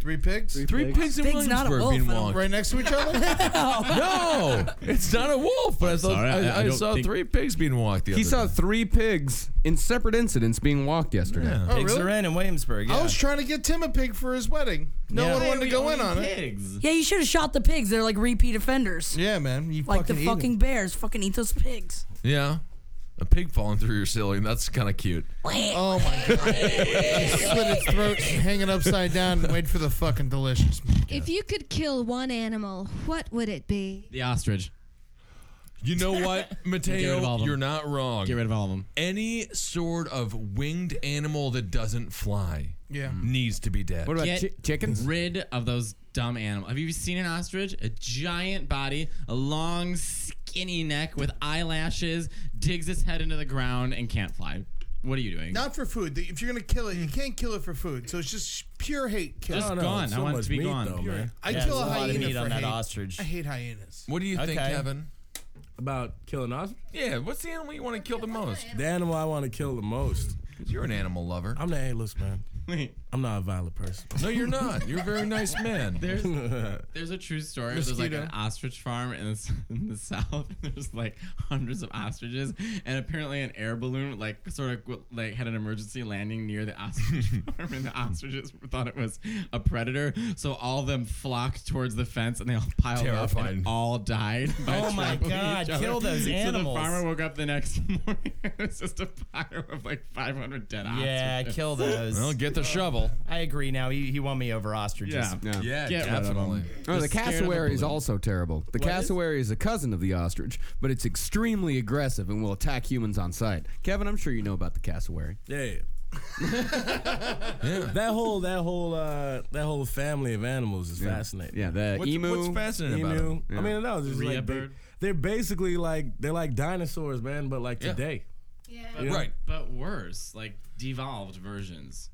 S9: Three pigs? Three,
S8: pigs. in Pig's not a Williamsburg wolf. being I don't- walked.
S9: Right next to each
S8: *laughs*
S9: other?
S14: *laughs*
S8: No, it's not a wolf. But I saw,
S14: sorry, I-
S8: I, I,
S14: I don't
S8: saw
S14: think-
S8: three pigs being walked. The
S14: He
S8: other
S14: saw
S8: day.
S14: three pigs in separate incidents being walked yesterday. Oh,
S9: Oh, Pigs really? are
S7: in Williamsburg.
S9: I was trying to get Tim a pig for his wedding. No
S14: Yeah.
S9: one
S14: Why
S9: wanted to
S14: we
S9: go in
S14: owning
S9: on
S11: pigs?
S9: it.
S10: Yeah, you should have shot the pigs. They're like repeat offenders.
S9: Yeah, man. You
S10: Like
S9: fucking
S10: the
S9: eat 'em.
S10: fucking bears. Fucking eat those pigs.
S8: Yeah, a pig falling through your ceiling. That's kind of cute.
S9: Oh my
S8: *laughs*
S9: god! *laughs* Slit its throat, hang it upside down, and wait for the fucking delicious.
S13: If you could kill one animal, what would it be?
S11: The ostrich.
S8: You know what,
S11: *laughs* Get rid of all of
S8: Mateo?
S11: them.
S8: You're not wrong.
S11: Get rid of all of them.
S8: Any sort of winged animal that doesn't fly
S11: Yeah.
S8: needs to be dead.
S11: Mm. Get chickens? Rid of those dumb animals. Have you seen an ostrich? A giant body, a long, skinny neck with eyelashes, digs its head into the ground and can't fly. What are you doing?
S16: Not for food. The- If you're gonna kill it, you can't kill it for food. So it's just pure hate. Kill.
S11: Just No, no, gone. it's I so want it much to be meat, gone. though,
S16: Pure-
S11: man.
S16: I
S11: Yeah,
S16: kill a
S11: there's a lot of
S16: hyena
S11: meat
S16: for
S11: on that
S16: hate.
S11: ostrich.
S16: I hate hyenas.
S8: What do you think,
S5: Okay.
S8: Kevin?
S5: About killing ostrich?
S8: Yeah, what's the animal you want to kill the most?
S5: The animal I want to kill the most.
S8: You're an animal lover.
S5: I'm the A-list
S16: *laughs*
S5: man. I'm not a violent person.
S8: No, you're not. You're a very nice man.
S11: *laughs*
S8: *laughs*
S11: There's, there's a true story. where There's like an
S8: Mosquito.
S11: ostrich farm in the, s- *laughs* in the south. And there's like hundreds of ostriches, and apparently an air balloon like sort of w- like had an emergency landing near the ostrich *laughs* farm, and the ostriches thought it was a predator. So all of them flocked towards the fence, and they all piled up
S8: Terrifying.
S11: and all died. by
S7: Oh my
S11: trampling
S7: God,
S11: each other.
S7: kill those animals.
S11: So the farmer woke up the next *laughs* morning. it was just a *laughs* pyre of like 500 dead ostriches. *laughs*
S7: *laughs* Yeah, kill those.
S11: Well,
S8: get the shovel.
S7: I agree. Now he, he won me over ostriches.
S11: Yeah. Yeah. Yeah, Get
S8: definitely.
S14: Oh, the cassowary is also terrible. The
S7: What is?
S14: cassowary is? a cousin of the ostrich, but it's extremely aggressive and will attack humans on sight. Kevin, I'm sure you know about the cassowary.
S3: *laughs*
S5: Yeah. That whole that whole uh, that whole family of animals is
S14: Yeah.
S5: fascinating.
S14: Yeah, the
S5: What's-
S14: emu-
S5: What's fascinating about
S14: emu.
S5: them?
S14: Yeah.
S5: I mean, no, just
S14: Rhea
S5: like they,
S14: bird.
S5: they're basically like they're like dinosaurs, man. But like today,
S11: Yeah.
S5: You know?
S11: But worse, like devolved versions.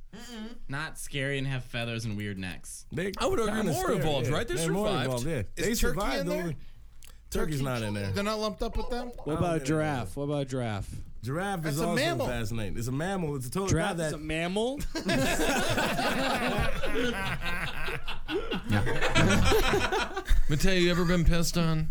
S11: Not scary and have feathers and weird necks.
S5: They,
S8: I would argue
S5: kinda
S8: more
S5: scary,
S8: evolved,
S5: yeah.
S8: right? They
S5: They're more
S8: survived.
S5: evolved, yeah.
S8: Is
S5: they
S8: turkey
S5: survived.
S8: in
S5: though.
S8: there?
S5: Turkey's not in there.
S9: They're not lumped up with them.
S3: What about giraffe? What about giraffe?
S5: Giraffe
S9: That's
S5: is
S9: a
S5: also
S9: mammal.
S5: fascinating. It's a mammal. It's a total
S3: Giraffe
S5: not that
S3: is a mammal.
S8: Mateo, you ever been pissed on?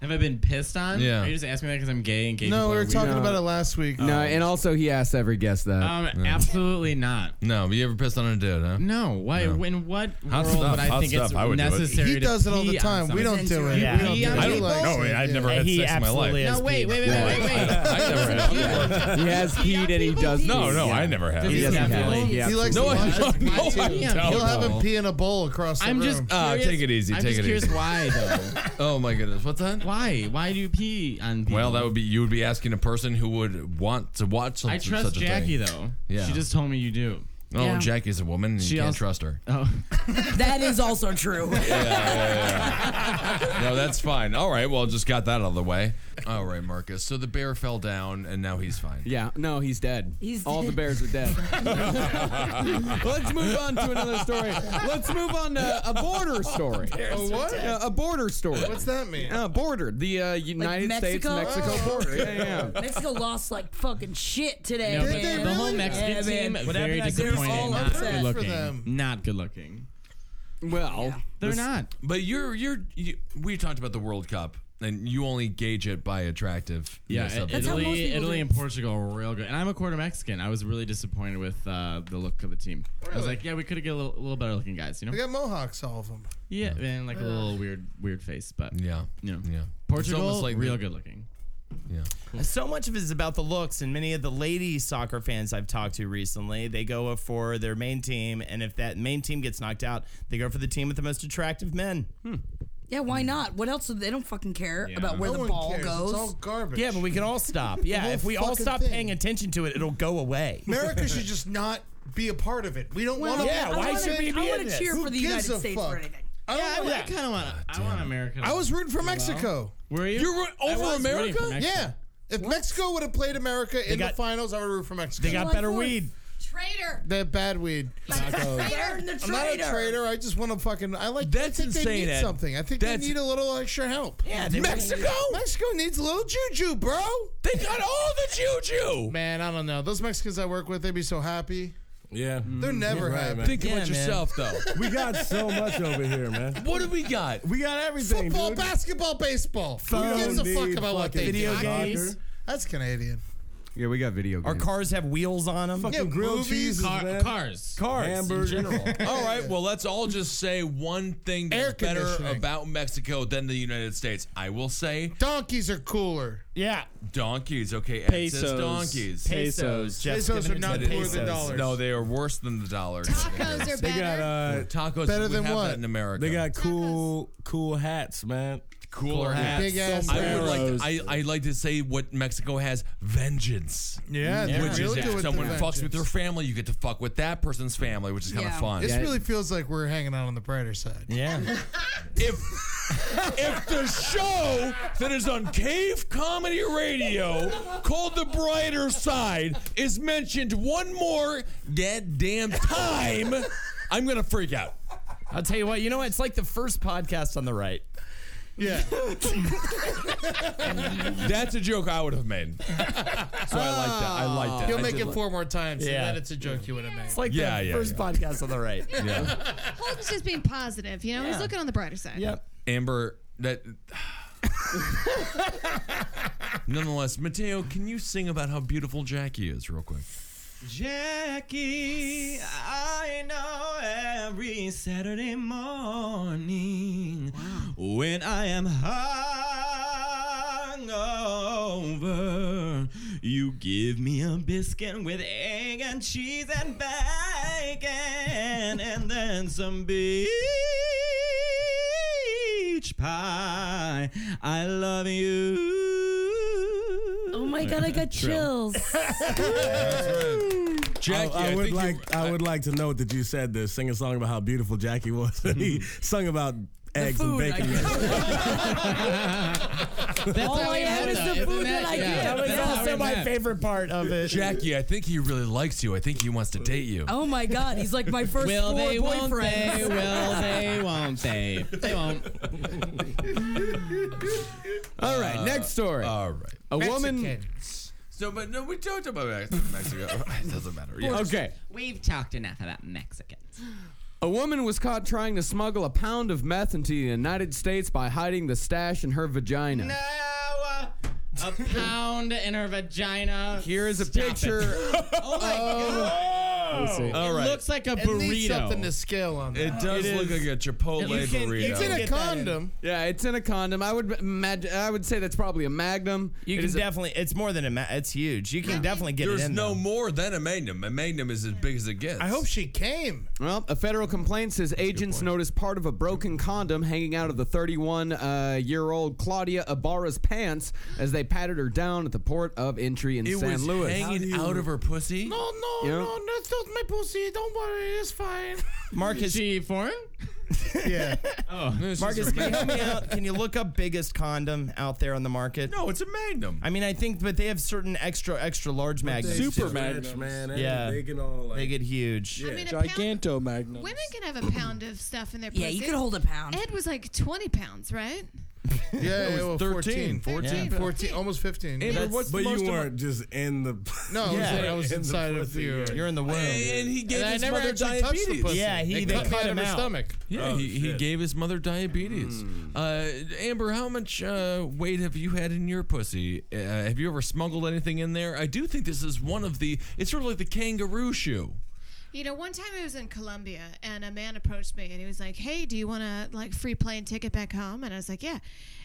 S11: Have I been pissed on?
S8: Yeah.
S11: Are you just asking me that because I'm gay and gay? people
S14: we
S11: are
S14: were
S11: weird?
S14: talking about
S9: it last week.
S14: No, and also he asked every guest that.
S8: Oh.
S11: Um, absolutely not.
S8: No, but you ever pissed on a dude, huh?
S11: No. Why? In what
S8: Hot
S11: world
S8: stuff,
S11: would I
S8: hot
S11: think it's
S8: stuff. I would do it.
S11: necessary?
S8: He
S11: to
S8: does it all the
S11: pee on
S8: time. We
S11: somebody?
S8: don't do it.
S11: You
S8: We
S11: pee on
S8: don't do it.
S11: people?
S8: I don't- no, wait, I've never had
S11: He
S8: sex in my life.
S11: absolutely has
S8: No,
S11: peed.
S8: wait, wait,
S9: *laughs*
S8: wait, wait, wait, wait. I never have.
S14: he has peed and he does.
S8: No,
S14: pee.
S8: no, I never have. He
S14: doesn't
S8: definitely-
S14: have.
S8: he
S14: absolutely
S8: likes
S14: does.
S8: No, *laughs* I don't. No, I don't.
S9: He'll have
S11: *laughs*
S9: him pee in a bowl across the
S11: I'm
S9: room.
S11: just.
S8: Ah,
S11: curious-
S8: take it easy,
S11: I'm
S8: take
S11: just
S8: it
S11: curious
S8: easy.
S11: Why
S8: *laughs*
S11: though?
S8: Oh my goodness, what's that?
S11: Why? Why do you pee on people?
S8: Well, that would be you would be asking a person who would want to watch some,
S11: I trust
S8: such a
S11: Jackie,
S8: thing.
S11: though.
S8: Yeah.
S11: She just told me you do.
S8: Oh,
S11: Yeah.
S8: Jackie's a woman. And
S11: She
S8: you can't
S11: also-
S8: trust her.
S11: Oh.
S10: that is also true.
S8: No,
S11: *laughs*
S8: that's fine. All right. Well, just got that out of the way. All right, Marcus. So the bear fell down, and now
S11: *laughs*
S8: he's fine.
S14: Yeah, no, he's dead.
S10: He's
S14: All the
S10: dead.
S14: bears are dead. Let's move on to another story. Let's move on to a border story.
S9: A what?
S14: Uh, a border story.
S9: What's that mean?
S14: Uh, border. The uh, United States
S10: Mexico?
S14: Mexico
S10: Oh,
S14: border. Yeah, yeah.
S10: Mexico lost like fucking shit today.
S11: No, but the whole
S10: Yeah,
S11: Mexican
S10: man.
S11: team
S10: What happened
S11: very
S10: to that
S11: disappointing.
S10: girl? All
S11: Not
S10: upset.
S11: good
S10: For
S11: looking.
S10: them.
S11: Not good looking.
S14: Well,
S11: They're not.
S8: But you're you're you, we talked about the World Cup, and you only gauge it by attractive.
S11: Yeah,
S8: Yes,
S11: I-
S8: of it.
S11: Italy, Italy, and Portugal are real good. And I'm a quarter Mexican. I was really disappointed with uh, the look of the team. I was
S9: Really?
S11: like, yeah, we could have get a little, little better looking guys, you know?
S9: They got mohawks, all of them.
S11: Yeah, and like a
S9: Ugh.
S11: little weird, weird face, but
S8: yeah,
S11: you know,
S8: yeah.
S11: Portugal,
S7: almost like
S11: real
S7: the-
S11: good looking.
S10: Hmm.
S7: So much of it is about the looks, and many of the lady soccer fans I've talked to recently, they go for their main team, and if that main team gets knocked out, they go for the team with the most attractive men.
S10: Yeah, why not? What else? They don't fucking care Hmm. about where
S9: No
S10: the
S9: one
S10: ball
S9: cares. It's
S10: goes.
S9: all garbage.
S7: Yeah, but we can
S9: *laughs*
S7: all stop. Yeah,
S9: whole
S7: if we all
S9: fucking
S7: stop
S9: thing.
S7: paying attention to it, it'll go away.
S9: *laughs* America
S7: *laughs*
S9: should just not be a part of it. We don't
S10: Well,
S9: want to.
S10: yeah,
S9: be a
S10: why
S9: part of
S10: should
S9: it.
S10: we be I wanna in this? cheer
S9: Who
S10: for the
S9: gives
S10: United
S9: a
S10: States
S9: fuck?
S10: for anything.
S9: I don't
S11: Yeah,
S9: want
S11: I, kind of want. I want America.
S9: I was rooting for Mexico.
S11: Were you?
S8: You were
S11: I was
S8: over
S11: rooting for
S8: America?
S11: Mexico.
S9: Yeah. If Mexico would have played America in
S7: got-
S9: the finals, I would root for Mexico.
S7: They got better weed.
S10: Traitor.
S9: They're bad weed.
S10: Traitor and the
S9: I'm not a
S10: traitor.
S9: traitor. I just want to fucking. I like.
S8: That's
S9: I think
S8: insane,
S9: They need
S8: Ed.
S9: something. I think
S8: That's-
S9: they need a little extra help.
S7: Yeah, they-
S9: Mexico.
S8: *laughs*
S9: Mexico needs a little juju, bro.
S8: They got all the juju.
S9: Man, I don't know. Those Mexicans I work with, they be so happy.
S5: Yeah,
S8: Mm,
S5: Mm-hmm.
S9: They're never
S5: Right,
S9: happy.
S5: man. Think
S8: about yourself, though.
S5: *laughs* we got so much over here, man.
S8: What do we got?
S5: We got everything.
S9: Football,
S5: dude.
S9: basketball, baseball.
S5: Phone,
S9: Who gives a fuck
S5: dude,
S9: about what they
S5: fucking
S9: do?
S5: video
S9: I-
S5: games.
S9: That's Canadian.
S14: Yeah, we got video
S7: Our
S14: games.
S7: cars have wheels on them.
S5: Fucking grilled cheeses,
S11: Car-
S5: man.
S11: cars.
S5: Cars. Hamburger.
S8: *laughs* All right, well, let's all just say one thing that's better
S9: conditioning.
S8: about Mexico than the United States. I will say
S9: Donkeys are cooler.
S7: Yeah.
S8: donkeys, okay? Ed says
S3: Pesos.
S8: donkeys.
S3: Pesos.
S7: Jeff's
S9: Pesos
S7: giving
S9: are
S7: it
S9: not
S7: to
S9: cooler
S7: pesos.
S9: than dollars.
S8: No, they are worse than the dollars.
S17: Tacos are
S5: They got
S17: better.
S5: uh,
S8: Tacos
S9: Better
S8: we
S9: than
S8: have
S9: what?
S8: that in America.
S5: they got cool, cool hats, man.
S9: Cool
S8: cooler hats.
S9: hats. Big ass
S8: I would like.
S9: arrows.
S8: To, I I like to say what Mexico has: vengeance.
S9: Yeah, they
S8: which is
S9: really do it
S8: if
S9: with
S8: someone
S9: the
S8: fucks with their family, you get to fuck with that person's family, which is kind of fun.
S9: This really feels like we're hanging out on the brighter side. *laughs*
S7: Yeah.
S8: if the show that is on Cave Comedy Radio called The Brighter Side is mentioned one more goddamn time, I'm gonna freak out.
S7: I'll tell you what. You know what? It's like the first podcast on the right. *laughs*
S9: Yeah.
S8: That's a joke I would have made. So I liked that. I liked it.
S9: He'll
S8: I
S9: make
S8: did
S9: it
S8: like-
S9: four more times,
S8: Yeah.
S9: and then it's a joke you would have made.
S7: It's like
S8: Yeah,
S7: the
S8: yeah,
S7: first
S8: yeah.
S7: podcast on the right.
S13: *laughs*
S8: Yeah.
S13: Holden's just being positive. You know, he's
S8: Yeah.
S13: looking on the brighter side.
S7: Yep.
S8: Amber, that. *sighs* Nonetheless, Mateo, can you sing about how beautiful Jackie is, real quick?
S4: Jackie, I know every Saturday morning when I am hungover, you give me a biscuit with egg and cheese and bacon, and then some beach pie. I love you.
S10: Oh my god, I got
S4: Trill.
S10: chills.
S8: Jackie,
S5: I,
S8: I
S5: would
S8: think
S5: like I would like to note that you said this, sing a song about how beautiful Jackie was. *laughs* he sung about eggs and
S9: *laughs*
S5: bacon.
S7: All
S10: how
S7: I
S10: he
S7: have
S10: had
S7: is
S10: it.
S7: the food that I
S10: Yeah.
S7: get. That was
S10: That's how
S7: also
S10: it
S7: my
S10: went.
S11: *laughs*
S7: favorite part of it.
S8: Jackie, I think he really likes you. I think he wants to date you.
S10: Oh my god, he's like my first
S11: Will
S10: four
S11: they, won't
S10: boyfriends.
S11: they? Will they, won't they?
S9: *laughs*
S11: They won't.
S14: All right, next story.
S8: All right.
S14: A woman.
S11: Mexicans.
S8: So, but no, we talked about Mexico.
S11: *laughs*
S8: it doesn't matter. Yeah.
S14: Okay.
S11: We've talked enough about Mexicans.
S14: A woman was caught trying to smuggle a pound of meth into the United States by hiding the stash in her vagina.
S11: A pound in her vagina.
S14: Here is a picture.
S11: *laughs* oh my god.
S14: Let's see.
S9: Oh.
S8: All right.
S11: It looks like a
S9: It needs
S11: burrito.
S9: something to scale on.
S8: It
S9: that.
S8: does
S14: It
S8: look
S14: is-
S8: like a Chipotle burrito.
S9: It's in a condom.
S14: Yeah, it's in a condom. I would mag- I would say that's probably a magnum.
S7: You
S14: It
S7: can
S14: is a-
S7: definitely. it's more than a. Ma- it's huge. You can definitely get
S8: There's
S7: it in.
S8: no more than a magnum. A magnum is as big as it gets.
S14: I hope
S9: she came.
S14: Well, a federal complaint says agents noticed part of a broken condom hanging out of the 31 uh, year old Claudia Ibarra's pants as they patted her down at the port of entry in
S8: It
S14: San
S8: was
S14: Louis.
S8: hanging How do you- out of her pussy?
S9: No, no,
S14: Yeah.
S9: no, that's not my pussy. Don't worry, it's
S8: *laughs*
S9: fine.
S7: Marcus,
S11: she
S7: *laughs*
S11: foreign?
S9: yeah.
S11: Oh,
S7: Marcus, can you help me out? Can you look up biggest condom out there on the market?
S8: No, it's a magnum.
S7: I mean, I think, but they have certain extra, extra large magnums.
S5: man. and
S7: Yeah,
S5: They can all like
S7: they get huge.
S13: mean, a
S3: Giganto Magnum.
S13: Women can have a pound of stuff in their
S10: Yeah,
S13: pussy.
S10: you could hold a pound.
S13: Ed was like 20 pounds, right?
S9: Yeah, yeah, well,
S8: 13,
S9: 14.
S8: 14.
S9: 14, almost 15.
S8: Amber,
S9: Yeah.
S8: what's
S5: But
S8: the most
S5: you
S8: of-
S5: weren't just in the.
S9: No, I was-
S5: *laughs* Yeah.
S9: I was
S5: In the
S9: inside of
S5: pussy,
S9: you.
S5: yeah.
S7: You're in the
S8: And,
S7: womb.
S8: and he gave
S9: And I
S8: his
S9: never
S8: mother
S9: actually touched the
S8: diabetes.
S9: pussy.
S7: Yeah, he-
S9: They
S7: they
S9: cut me
S7: cut
S9: out
S7: him
S9: of her
S7: out.
S9: stomach. Hmm.
S8: Yeah,
S5: Oh,
S8: he, he
S5: shit.
S8: gave his mother diabetes. Uh, Amber, how much uh, weight have you had in your pussy? Uh, have you ever smuggled anything in there? I do think this is one of the. It's sort of like the kangaroo shoe.
S13: You know, one time I was in Colombia and a man approached me and he was like, "Hey, do you want a like free plane ticket back home?" And I was like, "Yeah."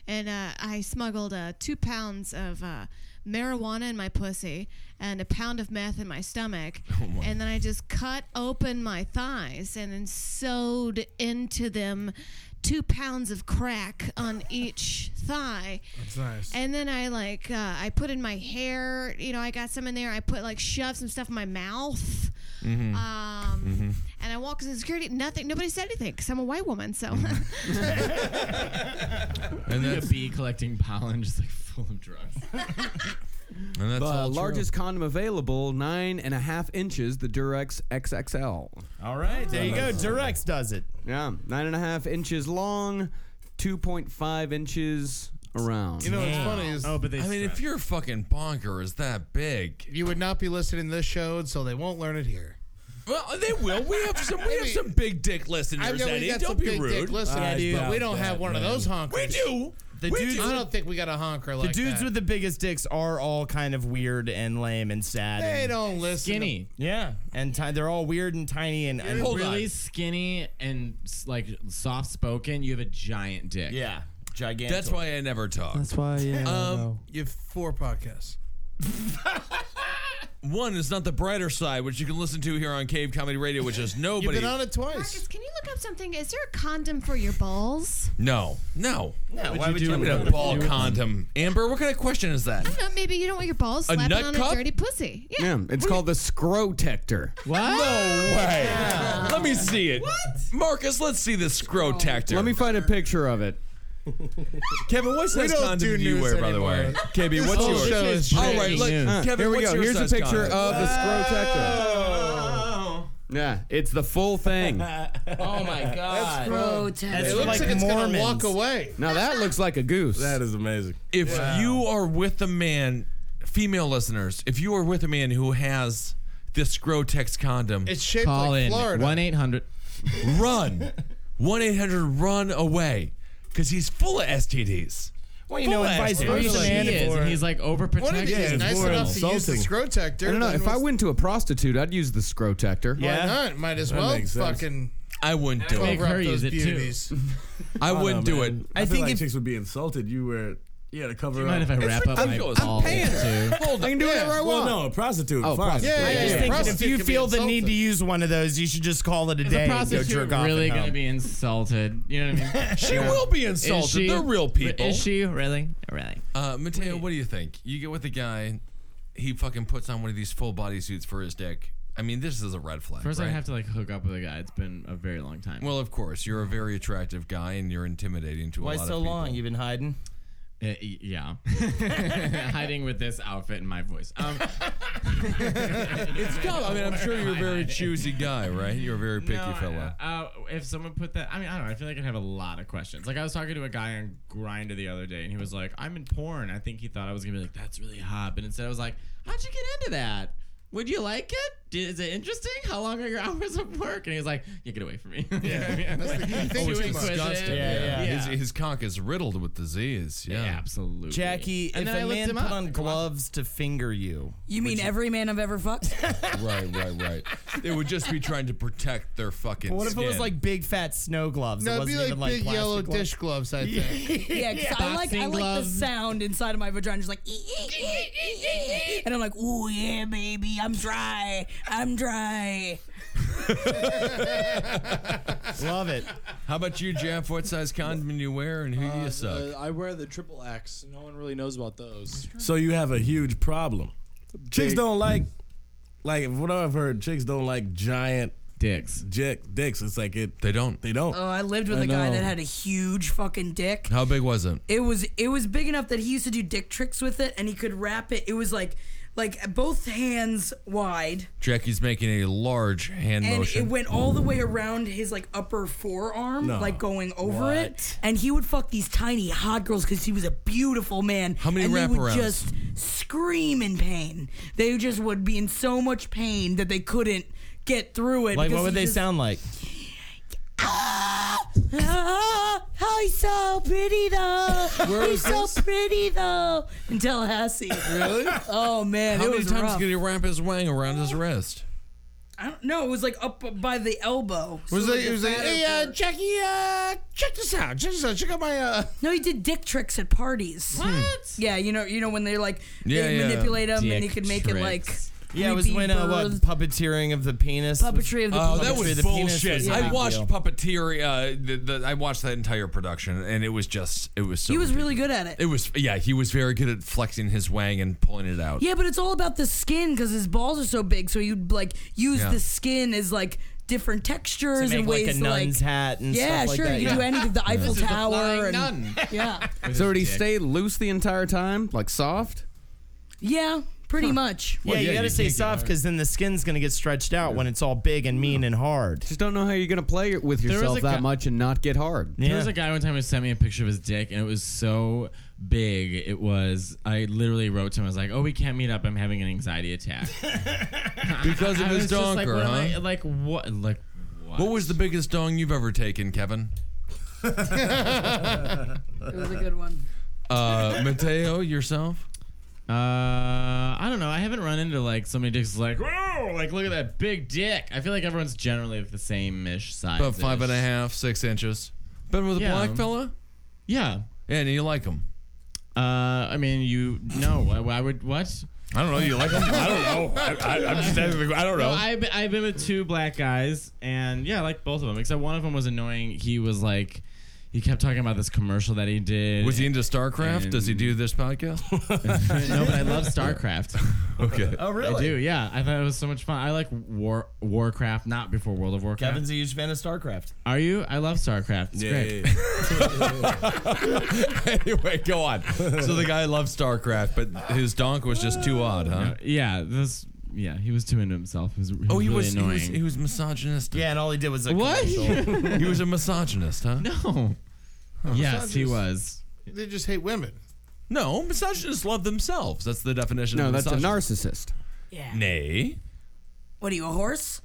S13: And uh, I smuggled uh, two pounds of uh, marijuana in my pussy and a pound of meth in my stomach,
S8: my.
S13: and then I just cut open my thighs and then sewed into them two pounds of crack on each thigh.
S9: That's nice.
S13: And then I like uh, I put in my hair, you know, I got some in there. I put like shoved some stuff in my mouth.
S8: Mm-hmm.
S13: Um, And I walked into security. Nothing. Nobody said anything because I'm a white woman. So *laughs*
S8: Mm-hmm.
S11: And then a bee collecting pollen, just like full of *laughs* drugs.
S8: And that's
S14: the
S8: all true.
S14: largest condom available, nine and a half inches, the Durex XXL.
S7: All right, there you go. Durex does it.
S14: Yeah, nine and a half inches long, 2.5 inches around.
S9: You know what's funny is
S7: Oh, but they.
S8: I mean, if your fucking bonker is that big,
S9: you would not be listed in this show, so they won't learn it here.
S8: well, uh, they will. We have some. We have
S9: mean-
S8: some big dick listeners,
S9: I know we
S8: Eddie.
S9: got
S8: Don't
S9: some
S8: be
S9: big
S8: rude.
S9: dick listeners,
S7: I do
S9: but we don't
S7: doubt
S9: have
S7: that,
S9: one of
S7: man.
S9: those honkers.
S8: we do.
S7: The
S8: we
S7: dudes-
S8: do.
S9: I don't think we got a honker
S7: The
S9: like
S7: dudes
S9: that.
S7: with the biggest dicks are all kind of weird and lame and sad.
S9: they
S7: and-
S9: don't listen. to-
S11: Skinny.
S7: Yeah, and ti- they're all weird and tiny and, and
S8: Hold
S11: really
S8: on.
S11: skinny and s- like soft spoken. You have a giant dick.
S7: yeah, gigantic.
S8: That's why I never talk.
S4: why, yeah.
S8: Um,
S9: You have four podcasts.
S8: One is not the brighter side, which you can listen to here on Cave Comedy Radio, which is nobody.
S13: Marcus, can you look up something? Is there a condom for your balls?
S8: No, no,
S13: No,
S8: What
S13: why would
S8: do
S13: you
S8: with
S13: do
S8: a
S13: it?
S8: ball
S13: You would-
S8: condom? Amber, what kind of question is that?
S13: I don't know. Maybe you don't want your balls
S8: A
S13: slapping
S8: nut
S13: on
S8: cup?
S13: a dirty pussy.
S14: Yeah, it's called the scrotector.
S11: What?
S8: *laughs* No way. Let me see it. What? Marcus, let's see this scrotector.
S14: Let me find a picture of it.
S8: *laughs* Kevin, what's
S14: We
S8: that
S14: don't
S8: condom
S14: do
S8: you
S14: news
S8: wear, by the way?
S14: anymore.
S8: KB,
S14: This
S8: what's
S14: whole
S8: yours?
S14: show is
S8: All right,
S14: breaking
S8: look,
S14: news.
S8: Kevin,
S14: Here we
S8: what's
S14: go.
S8: your
S14: Here's a
S8: size
S14: picture
S8: condom?
S14: of the scrotector. Yeah, it's the
S4: *laughs*
S14: full thing.
S2: Oh my god.
S14: grotesque.
S2: That's
S14: It looks
S2: like,
S14: like it's gonna
S2: Mormons.
S14: walk away. Now that looks like a goose. That
S5: is amazing.
S8: If
S14: Yeah.
S8: you are with a man, female listeners, if you are with a man who has this Grotex condom,
S11: It's shaped Call like in Florida.
S8: 800. Run. 1 800 run away. Because he's full of STDs.
S11: Well,
S9: you know,
S8: Full of
S9: vice
S8: STDs.
S9: versa, He man, is, if and we're- he's, like, overprotective. What if he's nice enough to use the
S14: I
S9: scrotector,
S14: don't know.
S9: then
S14: If I went to a prostitute, I'd use the scrotector.
S9: Why not? Might as well fucking.
S8: I wouldn't do
S9: Make
S8: it.
S9: her Cover up use those it,
S5: *laughs*
S9: too. beauties.
S8: I
S5: don't
S8: wouldn't
S5: know,
S8: do
S5: man.
S8: it.
S5: I, think like chicks would be insulted. You were. Yeah, to cover
S11: mind
S5: up.
S11: if I It's wrap up my ridiculous. I'm balls,
S5: *laughs*
S11: paying her. too?
S8: Hold
S5: I can
S7: do whatever I
S5: Well,
S7: want.
S5: no, a prostitute.
S7: Oh,
S5: fine.
S7: prostitute. I just think that if you feel the need to use one of those, you should just call it a
S11: Is
S7: day.
S11: a
S7: and go
S11: prostitute
S7: jerk off
S11: really
S7: at
S11: going to
S7: home.
S11: be insulted? You know what I mean?
S8: *laughs* She
S11: Yeah.
S8: will be
S11: Is
S8: insulted.
S11: she-
S8: They're real people.
S11: Is she really? Really?
S8: Uh, Mateo, what do you think? You get with a guy, he fucking puts on one of these full body suits for his dick. I mean, this is a red flag.
S11: First,
S8: right?
S11: I have to like hook up with a guy. It's been a very long time.
S8: Well, of course, you're a very attractive guy and you're intimidating to
S11: Why
S8: a lot
S11: so
S8: of people.
S11: long?
S8: You've been hiding?
S11: Uh, yeah. *laughs* Hiding with this outfit and my voice. Um,
S8: *laughs* it's tough. I mean, I'm sure you're a very choosy guy, right? You're a very picky
S11: No,
S8: fella.
S11: Uh, if someone put that, I mean, I don't know. I feel like I'd have a lot of questions. Like I was talking to a guy on Grinder the other day, and he was like, "I'm in porn." I think he thought I was gonna be like, "That's really hot," but instead I was like, "How'd you get into that? Would you like it? Did, is it interesting? How long are your *laughs* hours of work?" And he was like, "You get away from me." *laughs* You know what I mean?
S2: *laughs*
S11: I'm like,
S8: oh,
S11: too
S8: it's
S11: inquisitive.
S8: disgusting.
S11: Yeah, yeah.
S8: His, his cock is riddled with disease. Yeah,
S11: absolutely.
S7: Jackie,
S10: And
S7: if
S10: then I
S7: a
S10: looked
S7: man
S10: him
S7: put
S10: up.
S7: on gloves to finger you,
S10: *laughs* You mean every man I've ever fucked?
S8: *laughs* right, right, right. They would just be trying to protect their fucking.
S7: what if it was
S8: skin.
S7: like big fat snow gloves?
S9: No,
S7: it
S9: it'd
S7: wasn't
S9: be like
S7: even like
S9: big
S7: plastic
S9: yellow
S7: gloves?
S9: dish gloves, I
S10: *laughs*
S9: think.
S10: yeah, 'cause I like I
S9: Boxing
S10: like the
S9: gloves.
S10: sound inside of my vagina, just like "Ee, ee, ee, ee, ee, ee." and I'm like, ooh yeah, baby, I'm dry, I'm dry. *laughs*
S8: Oh.
S7: *laughs* Love it.
S8: How about you, Jeff? What size condom do you wear and who do you suck?
S3: Uh, I wear the triple X. No one really knows about those.
S5: So you have a huge problem. Chicks don't like, like what I've heard. Chicks don't like giant
S11: dicks.
S5: Dick dicks. It's like it.
S8: They don't.
S5: They don't.
S10: Oh, I lived with a
S5: a
S10: guy that had a huge fucking dick.
S8: How big was it?
S10: It was it was big enough that he used to do dick tricks with it, and he could wrap it. It was like like both hands wide,
S8: Jackie's making a large hand
S10: and
S8: motion.
S10: it went all the way around his like upper forearm,
S8: No.
S10: like going over it. And he would fuck these tiny hot girls because he was a beautiful man. How
S8: many
S10: and they would
S8: wraparounds?
S10: just scream in pain. They just would be in so much pain that they couldn't get through it.
S7: Like,
S10: because
S7: what would
S10: he
S7: they
S10: just-
S7: sound like?
S10: Ah, oh, he's so pretty though.
S18: Where
S10: he's
S18: was
S10: so pretty though. In Tallahassee. Really? Oh man,
S8: How
S10: it
S8: many
S10: was
S8: times
S10: rough.
S8: did he wrap his wang around his wrist?
S10: I don't know. It was like up by the elbow.
S9: Was
S10: So
S9: like- it was like,
S10: fatter
S9: "Hey, uh,
S10: part."
S9: Jackie, uh, check this out. Check this out. Check out my. Uh... Hmm.
S10: No, he did dick tricks at parties.
S9: What?
S10: Yeah, you know, you know when they like
S7: Yeah,
S10: they
S7: yeah.
S10: manipulate him and
S7: Dick
S10: he could make it like.
S7: Yeah, it was when uh, what
S10: rebirth.
S7: puppeteering of the penis.
S10: Puppetry of the
S8: Oh,
S7: Puppetry
S8: that
S7: of
S8: was
S7: the penis
S8: bullshit.
S7: was a
S8: I
S7: big
S8: watched
S7: deal.
S8: puppeteer. Uh, the, the, I watched that entire production, and it was just, it was so.
S10: He was
S8: ridiculous.
S10: really good at it.
S8: It was, yeah, he was very good at flexing his wang and pulling it out.
S10: Yeah, but it's all about the skin because his balls are so big. So you'd like use
S8: Yeah.
S10: the skin as like different textures
S7: make,
S10: and
S7: like,
S10: ways
S7: a
S10: to like
S7: nun's hat and
S10: yeah,
S7: stuff like
S10: sure.
S7: that,
S10: you can do
S7: yeah.
S10: anything.
S7: *laughs*
S10: The
S7: Yeah.
S10: Eiffel
S7: This is the
S10: Tower
S7: flying
S10: and
S7: nun.
S10: *laughs* yeah,
S14: So did he stay loose the entire time, like soft?
S10: yeah, pretty much.
S7: Yeah, you gotta stay soft because then the skin's gonna get stretched out when it's all big and mean and hard.
S14: Just don't know how you're gonna play it with
S11: There was
S14: yourself
S11: a
S14: that
S11: guy-
S14: much and not get hard.
S11: There was a guy one time who sent me a picture of his dick, and it was so big. It was. I literally wrote to him. I was like, "Oh, we can't meet up. I'm having an anxiety attack
S8: *laughs* Because of
S11: *laughs* I was
S8: his
S11: just
S8: donker,
S11: like, what am I-
S8: huh?
S11: like what? Like what?
S8: What was the biggest dong you've ever
S10: *laughs*
S8: taken, Kevin?
S10: it was a good one.
S8: Uh, Mateo, yourself?
S11: Uh, I don't know. I haven't run into like so many dicks like, whoa, like look at that big dick. I feel like everyone's generally of the same ish size.
S8: About five and a half, six inches. Been with a
S11: Yeah.
S8: black fella?
S11: Yeah.
S8: Yeah, and you like him?
S11: Uh, I mean, you no. I, I would what?
S8: I don't know. You like them? I don't know. I, I, I'm just asking. the- I don't know.
S11: No, I've, been- I've been with two black guys, and yeah, I like both of them. Except one of them was annoying. He was like, he kept talking about this commercial that he did.
S8: Was he into StarCraft? Does he do this podcast?
S11: *laughs* no, but I love StarCraft.
S8: *laughs* okay.
S19: Oh, really?
S11: I do. Yeah, I thought it was so much fun. I like War Warcraft, not before World of Warcraft.
S19: Kevin's a huge fan of StarCraft.
S11: Are you? I love StarCraft. It's
S19: Yeah,
S11: great.
S19: yeah,
S8: *laughs* anyway, go on. So the guy loved StarCraft, but his donk was just too odd, huh?
S11: Yeah, this. Yeah, he was too into himself. He was, he was
S8: Oh, he
S11: really
S8: was, he
S11: annoying.
S8: was he was misogynist.
S19: Yeah, and all he did was
S11: a What? commercial.
S8: he was
S11: *laughs*
S8: a misogynist, huh?
S11: No. Yes, he was.
S4: They just hate women.
S8: No, misogynists love themselves. That's the definition.
S14: No,
S8: of
S14: that's a
S8: misogynist.
S14: narcissist.
S10: Yeah.
S8: Nay.
S10: What are you, a
S7: *laughs*
S10: horse?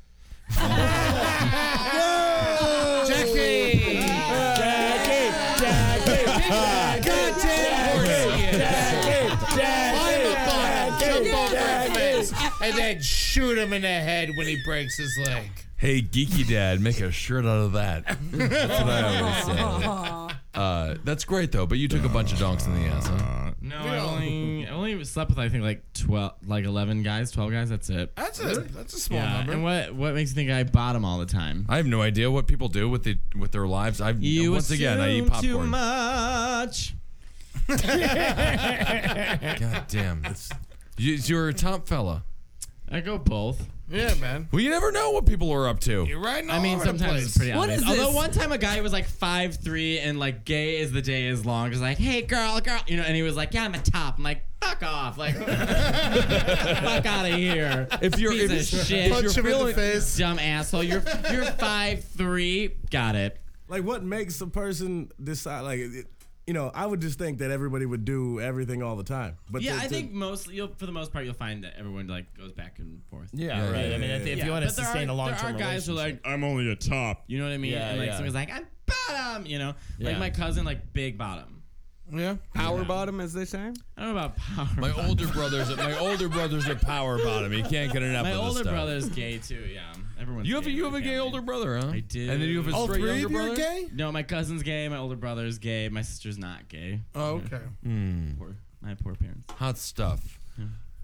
S2: Jackie! Jackie! Jackie! Jackie! Jackie!
S9: Jump over
S2: Jackie!
S9: his face and then shoot him in the head when he breaks his leg.
S8: Hey, geeky dad, make a shirt out
S10: *laughs*
S8: of that. That's what I always say. Uh, that's great though, but you took a bunch of donks in the ass,
S9: Uh,
S8: huh?
S11: No, I only I only slept with I think like twelve, like eleven guys, twelve guys. That's it.
S4: That's a that's a small
S11: yeah.
S4: number.
S11: And what what makes you think I bottom all the time?
S8: I have no idea what people do with the with their lives. I've
S11: You
S8: once again I eat
S11: assume
S4: *laughs*
S11: too
S8: popcorn.
S11: much.
S9: *laughs*
S8: God damn, it's, you, you're a top fella.
S11: I go both.
S9: Yeah, man.
S8: Well, you never know what people are up to.
S9: right
S11: I mean, sometimes it's pretty
S9: What
S11: obvious.
S9: is
S11: Although
S9: this?
S11: one time a guy was like five three and like gay as the day is long, just like, hey girl, girl, you know, and he was like, yeah, I'm a top. I'm like, fuck off, like, *laughs* fuck out of here.
S8: If you're-
S11: Piece
S8: if-
S11: of shit,
S8: Punch if you're him in the feeling-
S11: face, dumb asshole. You're you're five three. Got it.
S5: Like, what makes a person decide? Like, it, you know, I would just think that everybody would do everything all the time. But
S11: yeah,
S5: to-
S11: I
S5: to-
S11: think most you'll for the most part you'll find that everyone like goes back and forth.
S5: Yeah, right. I mean, if- if you wanna
S11: but there
S5: sustain a
S11: are, there
S5: long-term
S11: are guys who are like
S5: relationship.
S11: I'm only a top. You know what I mean?
S5: Yeah,
S11: and like
S5: yeah.
S11: someone's like I'm bottom. You know, like
S14: Yeah.
S11: my cousin like big bottom.
S14: Yeah. Power
S11: Yeah.
S14: bottom, as they say.
S11: I don't know about power.
S8: My
S11: bottom.
S8: older brother's my older brother's a power bottom.
S9: *laughs*
S8: He can't get enough.
S11: My
S8: of this
S11: older
S8: stuff.
S11: brother's gay too. Yeah, everyone's.
S8: You have a-
S11: gay in
S8: you
S11: my
S8: have a gay
S11: family.
S8: older brother, huh?
S11: I do.
S8: And then you have a All straight three of younger you are brother? gay?
S11: No, my cousin's gay. My older brother's gay. My sister's not gay.
S4: Oh, okay.
S8: Hmm.
S11: Poor, my poor parents.
S8: Hot stuff.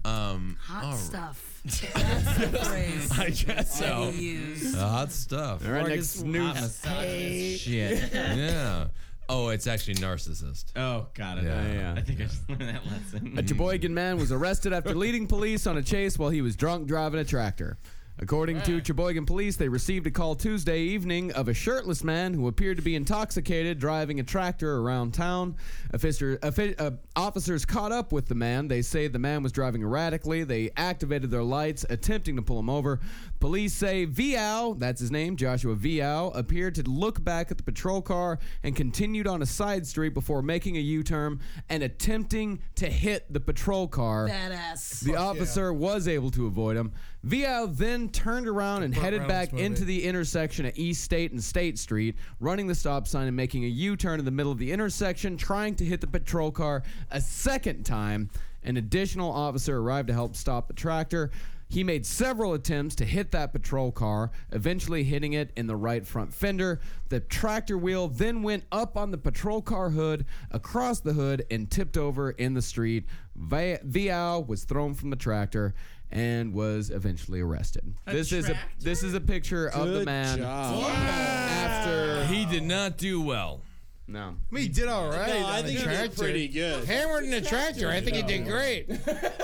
S8: Um,
S10: Hot
S8: all right.
S10: stuff. That's the
S8: *laughs*
S10: phrase.
S8: I guess so.
S10: that he used.
S8: Uh, hot stuff.
S14: All right, next news.
S10: Hey.
S9: *laughs*
S11: Shit.
S8: yeah. Oh, it's actually narcissist.
S11: Oh, got it.
S8: Yeah, yeah.
S11: I think I just learned that lesson.
S14: A Sheboygan man was arrested after leading police on a chase while he was drunk driving a tractor. According to Sheboygan police, they received a call Tuesday evening of a shirtless man who appeared to be intoxicated driving a tractor around town. Officer, offi- uh, officers caught up with the man. They say the man was driving erratically. They activated their lights, attempting to pull him over. Police say Viao, that's his name, Joshua Viao, appeared to look back at the patrol car and continued on a side street before making a U turn and attempting to hit the patrol car.
S10: Badass.
S14: The officer was able to avoid him. Vio then turned around and
S9: Burt
S14: headed
S9: Reynolds
S14: back
S9: movie.
S14: into the intersection at East State and State Street, running the stop sign and making a U turn in the middle of the intersection, trying to hit the patrol car a second time. An additional officer arrived to help stop the tractor. He made several attempts to hit that patrol car, eventually hitting it in the right front fender. The tractor wheel then went up on the patrol car hood, across the hood, and tipped over in the street. Vi- Vial was thrown from the tractor and was eventually arrested.
S8: A
S14: this is a this is a picture of the
S8: Good
S14: man
S8: job.
S14: after
S8: he did not do well.
S14: No.
S4: I mean, he did all right.
S7: No, I
S4: on the
S7: think he did
S4: tractor.
S7: pretty good.
S9: Hammered in the tractor. I think he did great.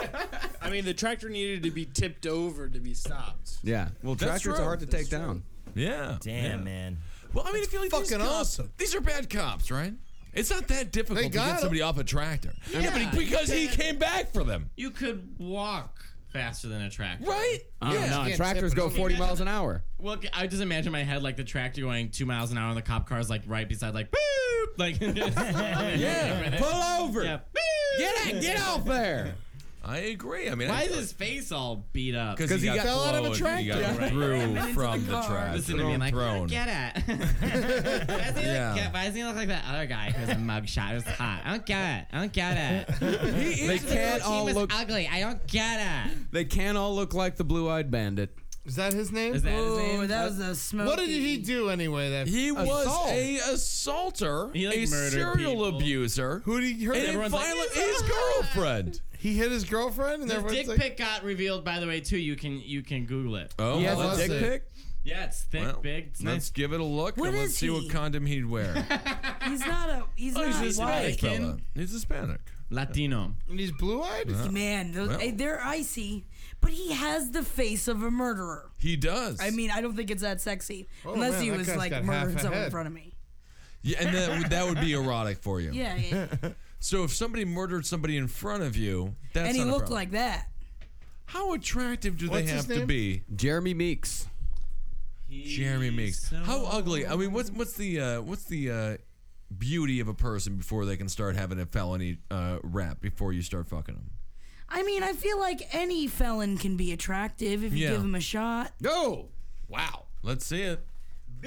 S7: *laughs* I mean, the tractor needed to be tipped over to be stopped.
S14: Yeah. Well,
S7: That's
S14: tractors are
S7: true.
S14: hard to
S7: That's
S14: take
S7: true.
S14: down.
S8: Yeah.
S19: Damn,
S8: Yeah.
S19: man.
S8: Well, I mean, I feel like these
S4: Fucking
S8: cops-
S4: awesome.
S8: These are bad cops, right? It's not that difficult to
S4: got
S8: get somebody off a tractor. Yeah, but he- because he came back for them.
S11: You could walk faster than a tractor.
S8: Right?
S11: I don't know,
S14: No, tractors go 40 miles an hour.
S11: Well, I just imagine my head like the tractor going two miles an hour, and the cop car's like right beside, like boop, like *laughs*
S8: Yeah. Pull over.
S11: Yeah,
S8: Get
S14: out- get off there.
S8: I agree. I mean,
S11: why
S8: I-
S11: is his face all beat up?
S8: 'Cause he got
S11: thrown.
S8: Fell out of a
S11: thrown,
S8: tractor. Yeah. Threw
S11: And into
S8: from the
S11: car.
S8: tractor.
S11: Listen to me, like
S8: Thrown.
S11: get *laughs*
S8: *laughs*
S11: it. why, does he
S8: Yeah.
S11: look, get- why does he look like that other guy who's a mugshot? It was hot. I don't get it. I don't
S8: *laughs*
S11: get it.
S14: They
S11: Max
S14: can't
S11: Lucchini
S14: all
S11: was
S14: look-
S11: ugly. I don't get it.
S14: They can't all look like the blue-eyed bandit.
S9: Is that his name?
S11: Is that his name?
S10: Oh, that was
S9: Uh,
S10: a smoke.
S9: What did he do anyway? That
S8: He was
S9: Assault.
S8: a assaulter,
S11: He, like,
S8: a
S11: murdered
S8: serial
S11: people.
S8: abuser,
S9: Who did he hurt?
S8: and a
S9: Everyone's like,
S8: violent
S9: "He's
S8: his girlfriend.
S16: He hit his girlfriend, and
S11: This
S16: everyone's
S11: dick
S16: like,
S11: pic got revealed, by the way, too. You can you can Google it.
S8: Oh, He has a let's dick see. pic?
S11: Yeah, it's thick,
S8: Well,
S11: big. It's
S8: Let's
S11: nice.
S8: give it a look
S11: What
S8: and let's
S11: is
S8: see
S11: he?
S8: what condom he'd wear.
S10: He's not a. He's
S7: Oh,
S10: not
S8: he's
S10: white.
S8: Hispanic. He's Hispanic.
S11: Latino.
S16: And he's blue eyed?
S10: Man, those,
S8: Well.
S10: eh, they're icy, but he has the face of a murderer.
S8: He does.
S10: I mean, I don't think it's that sexy
S16: Oh,
S10: unless
S16: man,
S10: he
S16: that
S10: was
S16: guy's
S10: like
S16: got half
S10: murdering
S16: a
S10: someone in
S16: head.
S10: front of me.
S8: Yeah, and that would, that would be erotic for you.
S10: Yeah, yeah.
S8: *laughs* So if somebody murdered somebody in front of you, that's
S10: and he
S8: not a
S10: looked
S8: problem.
S10: like that.
S8: How attractive do they have to be?
S14: Jeremy Meeks.
S8: Jeremy Meeks. How ugly? I mean, what's what's the uh, what's the uh, beauty of a person before they can start having a felony uh, rap before you start fucking them?
S10: I mean, I feel like any felon can be attractive if you
S8: Yeah.
S10: give him a shot.
S8: No. Wow. Let's see it.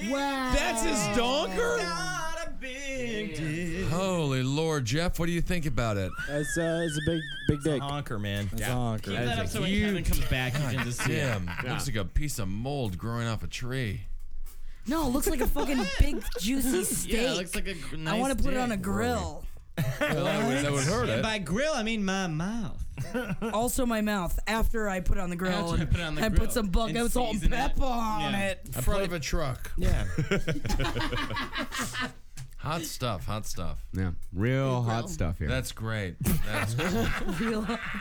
S10: Wow.
S8: That's his donker?
S4: Not a big deal.
S8: Holy Lord, Jeff, what do you think about it? It's, uh, it's a big, big dick.
S7: honker, man.
S8: That's
S7: honker.
S11: Keep that up so when Kevin comes back, you can just see it.
S8: Damn,
S11: Yeah.
S8: looks like a piece of mold growing off a tree.
S10: No, it looks like a fucking big juicy steak.
S11: *laughs* Yeah, it looks like a gr-
S10: I
S11: nice
S10: want to put it
S11: dick.
S10: on a grill.
S8: that, would, that would hurt
S11: And
S8: it.
S11: by grill, I mean my mouth.
S10: *laughs* also, my mouth. After I put it on the grill,
S11: After you
S10: and
S11: put it on the
S10: I
S11: grill
S10: put some bug
S11: and
S10: out salt and
S11: season it.
S10: pepper on
S11: Yeah.
S10: it.
S9: In front of a truck. Yeah.
S8: Hot stuff, hot stuff.
S14: Yeah, real hot stuff here.
S8: That's great.
S10: *laughs*
S8: That's
S14: *laughs*
S10: Real hot
S11: I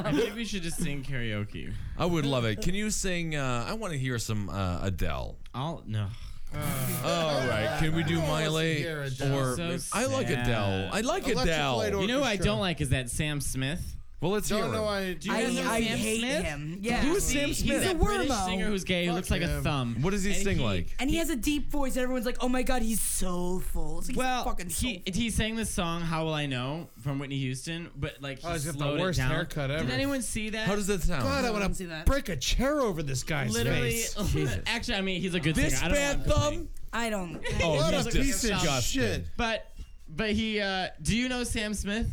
S10: stuff.
S11: think we should just sing karaoke.
S8: I would love it. Can you sing? Uh, I want to hear some uh, Adele.
S11: I'll no. Uh,
S8: All right. Can we
S16: Oh,
S8: do Miley
S11: hear Adele.
S8: or
S11: So
S8: I like
S11: sad.
S8: Adele. I like
S11: Electric
S8: Adele.
S11: You know who I don't like is that Sam Smith.
S8: Well, let's
S11: hear
S8: Don't know
S11: him.
S8: why-
S11: Do you guys know
S10: I
S11: Sam
S10: hate
S11: Smith?
S10: him. Yeah.
S8: Who is Sam Smith?
S10: He's a
S11: That British
S10: wormo.
S11: singer who's gay who looks like a thumb.
S8: What does he
S11: And
S8: sing like?
S10: And he has a deep voice. and Everyone's like, "Oh my god, he's soulful." It's like, he's
S11: Well,
S10: fucking
S11: he he sang this song "How Will I Know" from Whitney Houston, but like he
S9: Oh, he's got the
S11: slowed
S9: worst
S11: it down.
S9: haircut ever.
S11: Did anyone see that?
S9: God, I want to break a chair over this guy's
S11: Literally,
S9: face.
S11: *laughs* actually, I mean, he's a good
S9: This
S11: singer. I don't
S9: bad
S11: want to
S9: thumb?
S11: sing.
S10: I
S9: *laughs*
S10: don't.
S9: Oh,
S11: What
S9: he's
S11: a
S9: just
S11: piece of
S9: disgusting.
S11: shit. But, but he. Uh, do you know Sam Smith?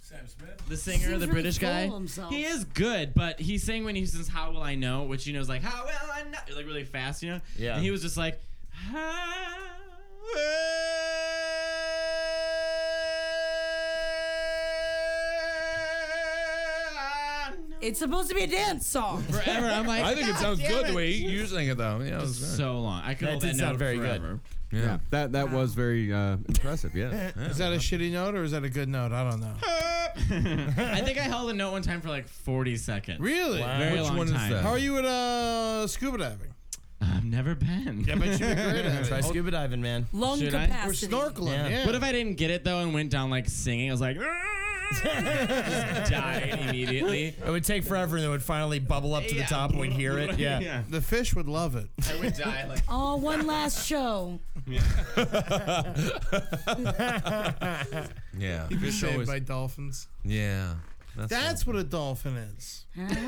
S11: Sam Smith, the
S10: Seems
S11: singer, the
S10: really
S11: British
S10: full
S11: guy.
S10: of himself.
S11: He is good, but he sang when he sings "How Will I Know," which you know is like "How Will I Know," like really fast, you know.
S4: Yeah.
S11: And he was just like. *laughs*
S10: It's supposed to be a dance song.
S11: Forever. I'm like.
S8: I think it
S11: "God
S8: sounds
S11: damn
S8: good the
S11: it."
S8: way you sang it though. Yeah, it was good.
S11: So long. I could
S8: That
S11: hold
S8: did
S11: that
S8: sound
S11: note
S8: very good.
S11: forever.
S14: Yeah.
S9: *laughs*
S14: that that was very uh, impressive. Yeah.
S16: Eh, Is that a shitty note or is that a good note? I don't know.
S11: I think I held a note one time for like 40 seconds.
S16: Really?
S11: Very long time.
S16: How are you at uh, scuba diving?
S11: I've never been.
S16: Yeah, but you'd be great
S11: *laughs*
S16: at it.
S7: Try scuba diving, man.
S10: Lung
S11: Should I?
S10: capacity.
S16: Or snorkeling. Yeah.
S11: What if I didn't get it though and went down like singing? I was like, *laughs* just died
S10: *laughs*
S11: immediately.
S7: It would take forever, and it would finally bubble up to the
S11: Yeah.
S7: top, and we'd hear it. Yeah.
S11: Yeah.
S16: The fish would love it.
S11: I would die like.
S10: Oh, one last show.
S16: *laughs*
S8: Yeah.
S16: You'd be
S8: Fish
S16: saved
S8: always-
S16: by dolphins.
S8: yeah.
S16: That's, what a dolphin is.
S11: That's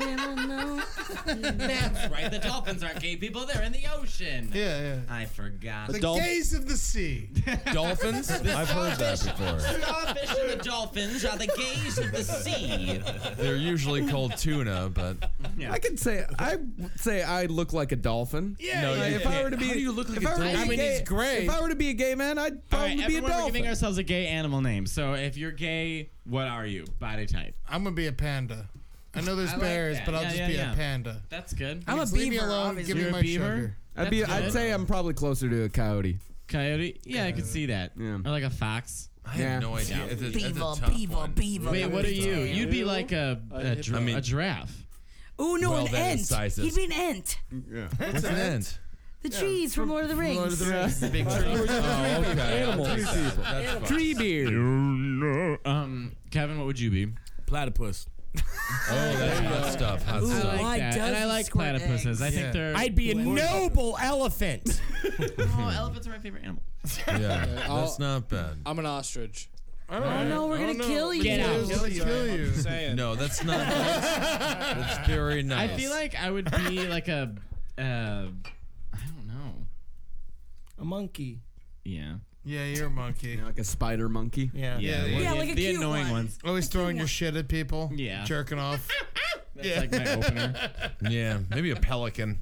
S11: right. The dolphins aren't gay people. They're in the ocean.
S16: Yeah, yeah.
S11: I forgot.
S16: The gaze of the sea. *laughs*
S8: Dolphins? I've heard that before.
S11: Starfish and the dolphins are the gays of the sea.
S8: They're usually called tuna, but
S11: *laughs*
S14: I could say I would say I look like a dolphin.
S8: Yeah, No, yeah,
S14: Like,
S8: you
S14: if I
S8: can't.
S14: were to be,
S8: How do you look like
S14: if
S8: a
S14: I were to
S8: dolphin?
S14: be
S8: I mean,
S14: gay,
S8: he's gray.
S14: If I were to be a gay man, I'd
S11: All
S14: probably
S11: right,
S14: be a
S11: everyone, we're
S14: dolphin.
S11: giving ourselves a gay animal name. So if you're gay, what are you? Body type.
S16: I'm gonna be a panda. I know there's
S11: I like
S16: bears,
S11: that.
S16: but I'll
S11: Yeah,
S16: just
S11: yeah,
S16: be
S11: yeah.
S16: a panda.
S11: That's good.
S10: I'm a
S16: Leave me
S10: beaver,
S16: alone,
S10: obviously.
S16: give
S11: You're
S16: me
S11: a
S16: my
S11: beaver?
S16: sugar.
S14: I'd be.
S11: That's
S14: I'd
S11: good.
S14: say I'm probably closer to a coyote.
S11: Coyote? Yeah, I could see that. Or like a fox.
S8: I have
S14: Yeah.
S8: no idea. It's a, it's a
S10: Beaver,
S8: tough
S10: beaver,
S8: one.
S10: beaver.
S11: Wait, what are you? You'd be like a a,
S8: I
S11: dra-
S8: mean-
S11: a giraffe.
S10: Oh no,
S8: Well,
S10: an
S8: that
S10: ant.
S8: is sizes.
S10: He'd be an ant.
S14: Yeah.
S8: What's an ant?
S10: The trees from Lord of the Rings.
S11: *laughs*
S7: Big tree.
S8: Oh, okay.
S5: Animals.
S8: That's fine. That's fine.
S14: Tree beard.
S11: Um, Kevin, what would you be?
S5: Platypus.
S8: Oh, that's hot stuff. Hot
S10: Ooh,
S11: I
S8: stuff.
S10: why
S11: like that.
S10: does
S11: And I
S10: he
S11: like
S10: squirt
S11: platypuses. I
S10: eggs?
S11: think
S16: Yeah.
S11: they're.
S2: I'd be a noble elephant.
S11: Oh, elephants are my favorite animal.
S8: Yeah,
S20: I'll-
S8: that's not bad.
S20: I'm an ostrich.
S10: Oh no, we're gonna kill you.
S11: Get out.
S16: Kill you. Kill you.
S8: No, Oh, that's not. Nice. that's very
S11: I
S8: nice.
S11: feel like I would be like a. Uh, I don't know.
S7: A monkey.
S11: Yeah.
S16: Yeah, you're a monkey.
S14: Like a spider monkey.
S11: Yeah,
S7: Yeah.
S16: yeah.
S11: well,
S10: Yeah,
S11: the,
S10: like a
S11: the
S10: cute
S11: annoying
S10: one.
S11: ones.
S16: Always throwing your shit at people.
S11: Yeah.
S16: Jerking off.
S8: *laughs*
S16: *laughs*
S11: That's like my opener.
S8: Yeah, maybe a pelican.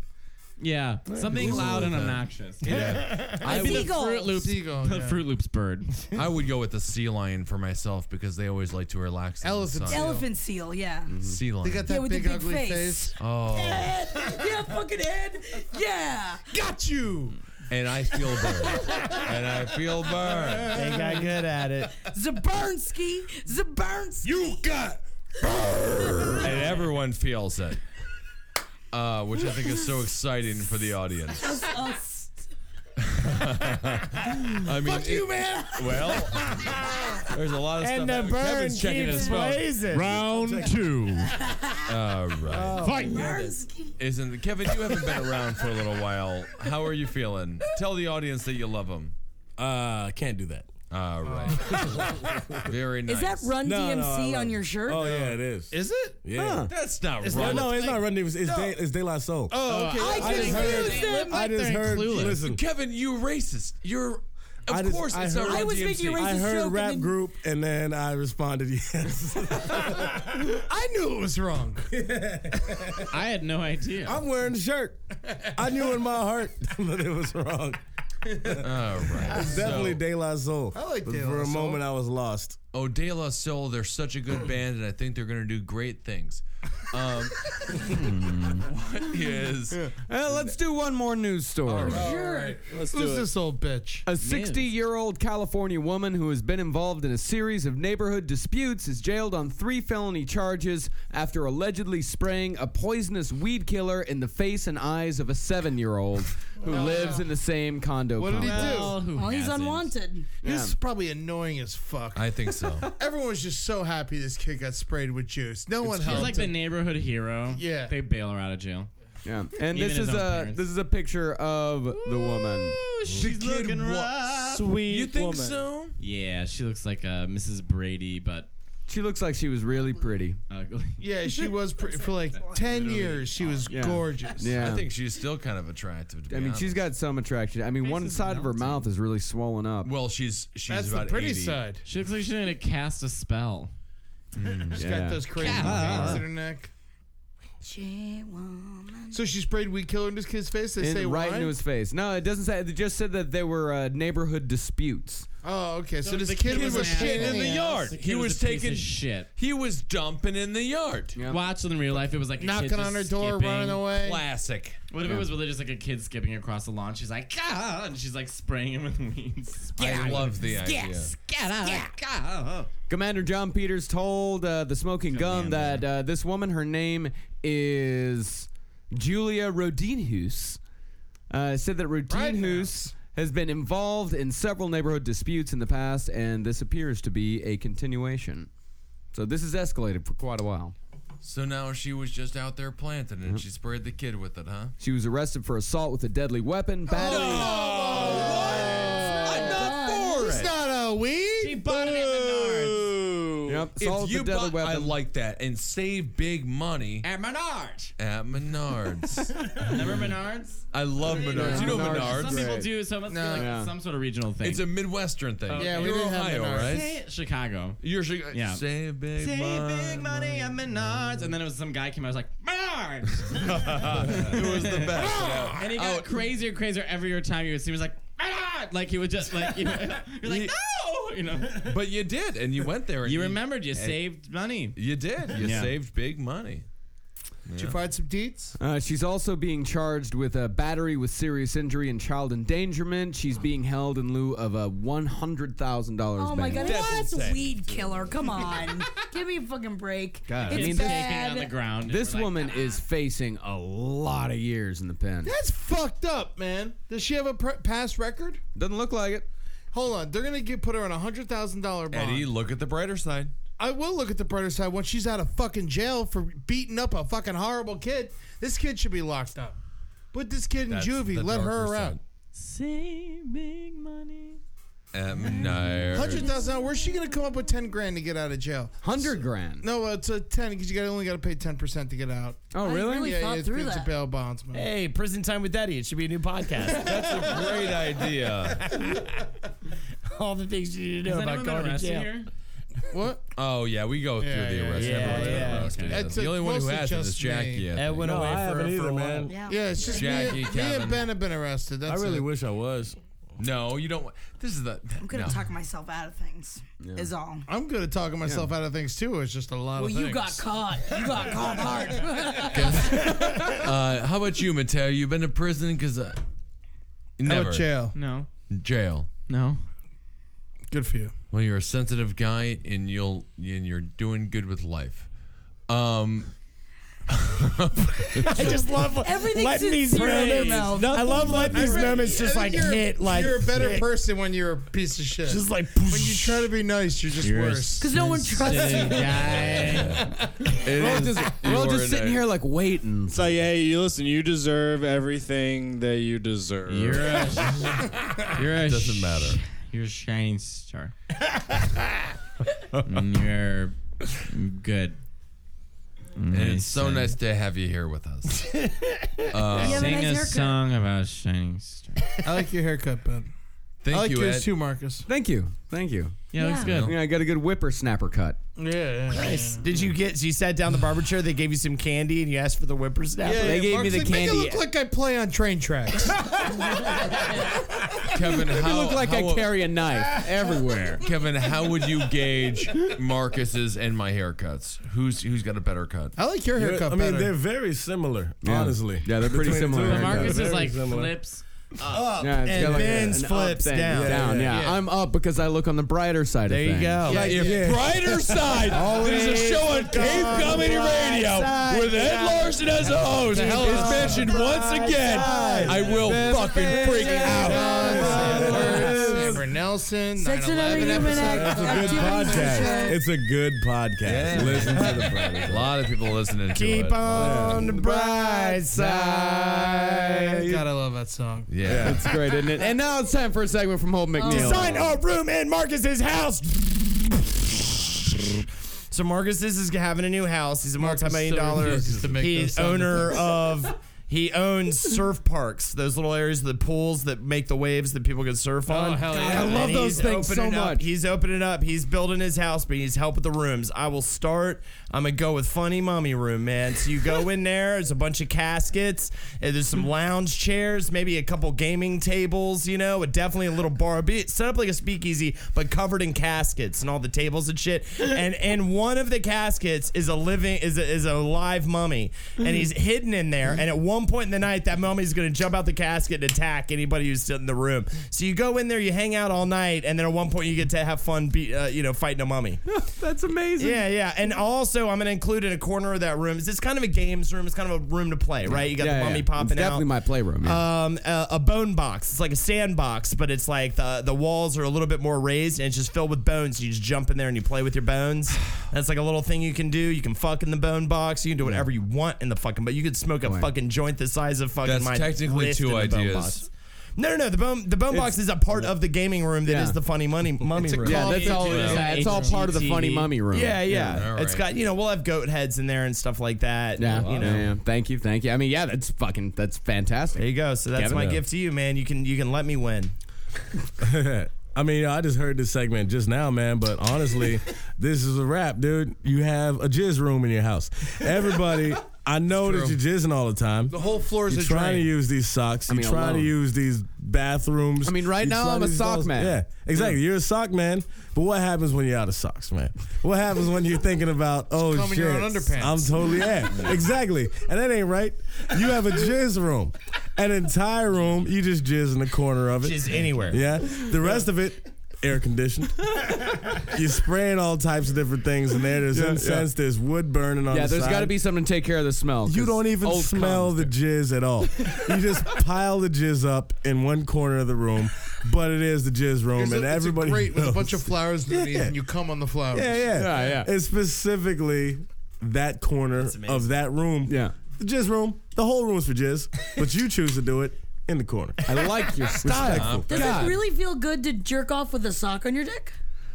S11: Yeah, something
S8: We'll go
S11: loud and
S8: with that.
S11: obnoxious.
S8: Yeah.
S11: I would- Fruit Loops. the Fruit Loops bird.
S8: I would go with the sea lion for myself because they always like to relax. in the sun. Mhm.
S10: Elephant seal, yeah.
S8: Sea lion.
S10: They got that Yeah, with the big, big ugly face. face.
S8: Oh.
S10: Head! *laughs* Yeah, fucking head! Yeah!
S7: Got you!
S8: And I feel burned. and I feel burned.
S7: They got good at it.
S10: Zabernsky! Zabernsky!
S8: You got and everyone feels it. Uh, which I think is so exciting for the audience. *laughs*
S10: us, us.
S8: I mean,
S10: Fuck you,
S8: it-
S10: man.
S8: Well, there's a lot of
S2: And
S8: stuff.
S2: the
S8: happening.
S2: burn
S8: Kevin's checking
S2: keeps
S8: his phone.
S2: blazing. Round
S8: two. All *laughs* right.
S2: Oh,
S8: Fight.
S2: goodness.
S8: Isn't Kevin? You haven't been around for a little while. How are you feeling? Tell the audience that you love them. Uh, can't do that. All
S2: Oh.
S8: right. Very nice.
S10: Is that Run
S8: No, no, I
S10: DMC
S8: love
S10: on
S8: it.
S10: your shirt?
S5: Oh yeah, it is.
S8: Is it?
S5: Yeah.
S8: Huh. That's not
S5: it's
S8: Run.
S5: No, it's not Run It's, it's,
S8: No.
S5: De, it's De La Soul.
S8: Oh, okay.
S5: I,
S8: I
S5: just
S8: confused
S5: heard.
S8: them.
S5: I just
S8: They're
S5: heard.
S8: clueless.
S5: Listen,
S8: Kevin, you racist. You're. Of
S5: I just-
S8: course,
S5: I
S8: it's
S5: heard,
S8: not Run DMC.
S5: I heard rap group, and then I responded *laughs* yes.
S21: I
S8: *laughs*
S21: knew it was wrong.
S11: I had no idea.
S5: I'm wearing the shirt.
S8: *laughs*
S5: I knew in my heart *laughs* that it was wrong.
S8: All right.
S5: It's definitely De La Soul.
S8: I like
S5: But
S8: De La
S5: For a
S8: Soul.
S5: moment, I was lost.
S8: Oh, De La Soul, they're such
S11: *clears throat*
S8: a good band, and I think they're going to do great things.
S11: *laughs*
S8: Um, what is.
S14: Uh, let's do one more news story.
S21: Who's this old bitch?
S14: A 60 year old California woman who has been involved in a series of neighborhood disputes is jailed on three felony charges after allegedly spraying a poisonous weed killer in the face and eyes of a seven year old who lives in the same condo.
S21: What did he do?
S14: complex.
S10: Well, he's unwanted.
S21: This
S14: Yeah.
S21: is probably annoying as fuck.
S8: I think so.
S9: *laughs* Everyone was just so happy this kid got sprayed with juice. No one
S11: She's
S9: helped.
S11: like the neighborhood hero.
S9: Yeah.
S11: They bail her out of jail.
S14: Yeah. And this is a this is a picture of the woman.
S11: She's looking rough.
S14: Sweet You think woman.
S8: so?
S11: Yeah, she looks like uh, Mrs. Brady, but
S14: She looks like she was really pretty.
S8: *laughs*
S11: ugly.
S9: yeah, she was pre- for like ten years. She was
S14: Yeah.
S9: gorgeous.
S14: Yeah.
S8: I think she's still kind of attractive. To be
S14: I mean,
S8: honest.
S14: she's got some attraction. I mean, one side of her mouth is really swollen up.
S8: Well, she's she's about 80.
S11: She looks like she's gonna cast a spell.
S8: Mm,
S21: She's
S14: Yeah.
S21: got those crazy
S14: Ah.
S21: veins in her neck.
S9: So she sprayed weed killer in this kid's face. They
S14: And
S9: say
S14: right
S9: why?
S14: into his face. No, it doesn't say. It just said that they were uh, neighborhood disputes.
S9: Oh, okay. So,
S8: So
S9: this
S8: the
S9: kid,
S8: kid
S9: was,
S8: was an
S9: shitting
S8: asshole.
S9: in the
S8: Yeah.
S9: yard.
S8: The kid He was was a piece taking- of
S11: shit.
S8: He was dumping in the yard.
S11: Watch in real life, it was like a
S8: Knocking
S11: kid just
S8: on her door,
S11: skipping.
S8: running away. Classic.
S11: What if
S8: Yeah.
S11: it was really just like a kid skipping across the lawn? She's like, ah, and she's like spraying him with weeds.
S8: I love the idea.
S14: Commander John Peters told uh, the Smoking Gun that uh, this woman, her name is Julia Rodinhus, uh, said that Rodinhus has been involved in several neighborhood disputes in the past, and this appears to be a continuation. So this has escalated for quite a while.
S8: So now she was just out there planting,
S14: Mm-hmm.
S8: and she sprayed the kid with it, huh?
S14: She was arrested for assault with a deadly weapon, battery.
S8: I'm not for
S9: It's
S8: it.
S9: not a weed.
S11: She bought it at Menards.
S14: Yep. assault
S8: If
S14: with
S8: you
S14: a deadly
S8: buy, I
S14: weapon.
S8: like that, and save big money
S11: At
S8: *laughs*
S11: Menards.
S8: at Menards.
S11: Remember Menards?
S8: I love Menards. You know Menards.
S11: Some people do. So it must be like
S8: Yeah.
S11: some sort of regional thing.
S8: It's a Midwestern
S14: Oh,
S8: thing.
S11: Okay.
S8: You're Ohio, right?
S11: Say- Chicago.
S8: You're Chicago.
S11: Yeah.
S8: Save big
S11: Save
S8: money.
S11: big money at Menards. And then it was some guy came out. I was like, Menards.
S8: *laughs* it was the
S11: *laughs*
S8: best. yeah. Oh.
S11: And he got crazier, crazier every time you would see him. He was like, Menards. Like he would just like, you know, *laughs* you're like, no. You know.
S8: But you did, and you went there. And
S11: You remembered. You saved money.
S8: You did. You
S11: Yeah.
S8: saved big money.
S9: Did you find some deets?
S14: Uh, she's also being charged with a battery with serious injury and child endangerment. She's being held in lieu of a one hundred thousand dollars.
S10: Oh my god, that's, a weed killer. Come on. *laughs* Give me a fucking break.
S14: God,
S10: It's
S14: I mean, this-
S10: bad.
S14: This woman is facing a lot of years in the pen.
S9: That's fucked up, man. Does she have a pr- past record?
S14: Doesn't look like it.
S9: Hold on, they're gonna get put her on a hundred thousand dollar bond.
S8: Eddie, look at the brighter side.
S9: I will look at the brighter side once she's out of fucking jail for beating up a fucking horrible kid. This kid should be locked up. Put this kid in
S8: That's the
S9: juvie. Let her
S8: darker
S9: around.
S11: Save big *laughs* money.
S9: *laughs*
S8: Um, no.
S9: Hundred thousand dollars. Where's she gonna come up with ten grand to get out of jail?
S14: Hundred grand.
S9: No, uh, it's a ten because you got only got to pay ten percent to get out.
S14: Oh, really?
S7: really
S9: yeah,
S7: thought
S9: it's,
S7: through
S9: it's
S7: that.
S9: a bail bondsman.
S7: *laughs* Hey, prison time with Eddie. It should be a new podcast.
S8: That's a great idea.
S7: All the things you need to know
S9: Has
S7: about
S9: anyone been
S7: going to
S9: arrested
S7: jail.
S9: here? What?
S20: Oh yeah, we go through
S9: Yeah,
S20: the
S9: yeah,
S20: arrest. Everyone goes through arrest.
S9: yeah, yeah. Okay.
S20: Yeah.
S9: That's
S20: The
S9: it.
S20: only one who
S9: Mostly
S20: hasn't is
S9: just
S20: Jackie.
S9: me.
S20: I
S9: Ed
S20: think.
S9: went away for- for a while. Yeah. Yeah, it's just me and-
S20: Jackie,
S9: me and
S20: Kevin.
S9: Ben have been arrested, that's I really it.
S20: wish I was. No, you don't. wa- This is the.
S10: I'm good
S20: no.
S10: at talking myself out of things. Is all.
S9: I'm good at talking myself out of things too. It's just a lot
S10: Well,
S9: of.
S10: you got
S9: things.
S10: caught. You
S2: *laughs*
S10: got caught
S8: *laughs*
S10: hard.
S20: Uh, how about you, Mateo? You been to prison because uh,
S9: about
S20: never
S9: jail?
S11: No.
S20: Jail.
S11: No.
S9: Good for you.
S20: Well, you're a sensitive guy, and you'll and you're doing good with life. Um. *laughs*
S2: I just love
S10: Everything's
S2: letting these
S10: sincere in their
S2: moments.
S10: mouth.
S2: I love letting these moments just like
S9: you're,
S2: hit. Like
S9: you're a better
S2: hit.
S9: person when you're a piece of shit.
S2: Just like-
S9: when you try to be nice, you're just
S2: You're a
S9: worse.
S10: 'Cause no one trusts you. sensitive
S20: It
S14: We're all
S20: is-
S14: just,
S20: you
S14: we're all
S20: are
S14: just
S20: in
S14: sitting
S20: a-
S14: here like waiting.
S3: It's like, hey, you listen. You deserve everything that you deserve.
S11: You're a, *laughs* you're a
S20: Doesn't matter.
S11: You're a shining *laughs* star. And you're good.
S20: And it's so nice to have you here with us.
S11: *laughs*
S20: Um, Uh,
S11: Sing
S20: Sing
S11: a
S20: us-
S11: song about shining star.
S9: I like your haircut, Ben.
S20: Thank
S9: I like
S20: you,
S9: yours
S20: Ed.
S9: too, Marcus.
S14: Thank you. Thank you.
S11: Yeah,
S14: looks good. Yeah, I got a good whippersnapper cut.
S2: Yeah.
S7: Nice. Did you get? You sat down the barber chair. They gave you some candy, and you asked for the whippersnapper.
S14: Yeah, They yeah, gave me Mark's the like,
S9: Make it look like I play on train tracks.
S14: *laughs*
S20: Kevin,
S9: *laughs*
S14: Make me
S20: how
S14: look like
S20: how-
S14: I carry a knife everywhere.
S20: *laughs* Kevin, how would you gauge Marcus's and my haircuts? Who's who's got a better cut?
S9: I like your
S5: You're-
S9: haircut
S5: I mean,
S9: better.
S5: they're very similar,
S20: Yeah.
S5: honestly.
S20: Yeah, they're pretty
S5: Between the
S20: similar
S5: two of them,
S20: haircuts.
S5: they're
S11: This
S5: very
S11: like
S5: similar.
S11: flips
S2: up,
S14: Yeah, it's got
S2: and
S14: like a-
S2: Ben's
S14: an up
S2: flips
S14: thing,
S2: down.
S14: down. Yeah,
S2: Yeah.
S14: I'm up because I look on the brighter side
S7: There
S14: of
S7: you
S14: things.
S7: go.
S14: Oh, Like,
S7: Yeah,
S14: if *laughs*
S7: yeah.
S14: brighter side.
S7: Always
S14: There's a show on
S7: look
S14: Cape
S7: on
S14: Comedy
S7: the bright
S14: Radio
S7: side.
S14: with Ed
S7: Yeah.
S14: Larson as a host.
S7: The hell
S14: Is
S7: is
S14: mentioned
S7: on the
S14: once
S7: bright
S14: again.
S7: side.
S14: I will
S7: There's a
S14: fucking freak out.
S9: Amber Nelson,
S10: Sex
S9: 9/11
S10: and every human act-
S9: episode.
S5: It's a good
S10: activities for
S5: podcast.
S10: sure.
S5: It's a good podcast.
S20: Yeah.
S5: Listen
S20: *laughs*
S5: to the brothers.
S20: A lot of people listening to it.
S7: Keep on the bright
S14: side.
S9: God, I love that song.
S20: Yeah.
S14: It's great, isn't it? And now it's time for a segment from
S7: Oh.
S14: Holden McNeil.
S7: Design a room in Marcus's house. So Marcus this is having a new house. He's a multi-million
S2: still
S7: dollar
S2: refuses to make those
S7: he's
S2: sound
S7: owner
S2: effects.
S7: of he owns surf parks, those little areas, the pools that make the waves that people can surf on.
S2: Oh, hell
S7: God,
S2: yeah.
S7: I love
S2: And
S7: those
S2: he's
S7: things so
S2: opening up-
S7: much. He's opening up. He's building his house, but he's helping the rooms. I will start. I'm gonna go with funny mommy room, man. So you go in there. There's a bunch of caskets. and there's some lounge chairs, maybe a couple gaming tables. You know, and definitely a little bar. Be set up like a speakeasy, but covered in caskets and all the tables and shit. And and one of the caskets is a living is a, is a live mummy, and he's hidden in there. And at one point in the night, that mummy's gonna jump out the casket and attack anybody who's still in the room. So you go in there, you hang out all night, and then at one point you get to have fun, be, uh, you know, fighting a mummy.
S14: *laughs* That's amazing.
S7: Yeah, yeah. And also, I'm going to include in a corner of that room. It's just kind of a games room. It's kind of a room to play, right? You got
S14: Yeah,
S7: the mummy
S14: yeah.
S7: popping
S14: It's definitely
S7: out.
S14: my playroom.
S2: Uh,
S14: yeah.
S7: Um, a, a bone box. It's like a sandbox, but it's like the the walls are a little bit more raised, and it's just filled with bones. You just jump in there and you play with your bones. *sighs* That's like a little thing you can do. You can fuck in the bone box. You can do whatever you want in the fucking. But you could smoke a fucking joint the size of fucking.
S20: That's
S7: my
S20: technically
S7: wrist
S20: two
S7: in the bone
S20: ideas.
S7: box. No, no, no. The bone the bone box is a part of the gaming room that is
S14: Yeah.
S7: the funny money mummy
S14: It's a
S7: room.
S14: Yeah, call that's to all it do is. that. It's all part of the funny HGTV. mummy room.
S7: Yeah, yeah.
S14: Yeah, all
S7: It's
S14: right.
S7: got you know we'll have goat heads in there and stuff like that.
S14: Yeah,
S7: you know.
S14: yeah. Thank you, thank you. I mean, yeah, that's fucking, that's fantastic. There
S7: you go. So that's my gift to you, man. You can you can let
S14: *laughs*
S7: me win.
S5: I mean, I just heard this segment just now, man,
S16: *laughs*
S5: but honestly, this is a wrap, dude. You have a jizz room in your house.
S16: *laughs*
S5: Everybody, I know that
S16: True.
S5: you're jizzing all the time.
S16: The whole floor is
S5: You're
S16: a
S5: trying
S16: drain.
S5: to use these socks.
S16: I
S5: You're
S16: mean,
S5: trying to
S16: alone.
S5: use these bathrooms.
S16: I mean, right
S5: You're
S16: now,
S5: trying
S16: I'm
S5: to
S16: a
S5: use
S16: sock
S5: those-
S16: man.
S5: Yeah, exactly.
S16: Yeah.
S5: You're a sock man. But what happens when you're out of socks, man? What happens when you're thinking about, oh
S16: come in
S5: shit,
S16: your own underpants.
S5: I'm
S16: *laughs*
S5: totally yeah, exactly. And that ain't right. You have a jizz room, an entire room. You just jizz in the corner of it.
S7: Jizz anywhere.
S5: Yeah. The rest of it, air conditioned. You're spraying all types of different things in there. There's
S14: Yeah,
S5: incense. There's wood burning on.
S14: Yeah,
S5: the
S14: there's
S5: side.
S14: got to be something to take care of the smell.
S5: You don't even smell the jizz at all. You just pile the jizz up in one corner of the room, but it is the jizz room,
S9: It's a-
S5: and
S9: it's a
S5: everybody
S9: grate with a
S5: knows.
S9: bunch of flowers
S5: *laughs*
S9: underneath,
S5: Yeah.
S9: and you come on the flowers.
S5: Yeah, Oh, yeah, It's specifically that corner of that room.
S14: Yeah,
S5: the jizz room. The whole room's for jizz, but you choose to do it in the corner.
S14: I like your style.
S10: Does it really feel good to jerk off with a sock on your dick?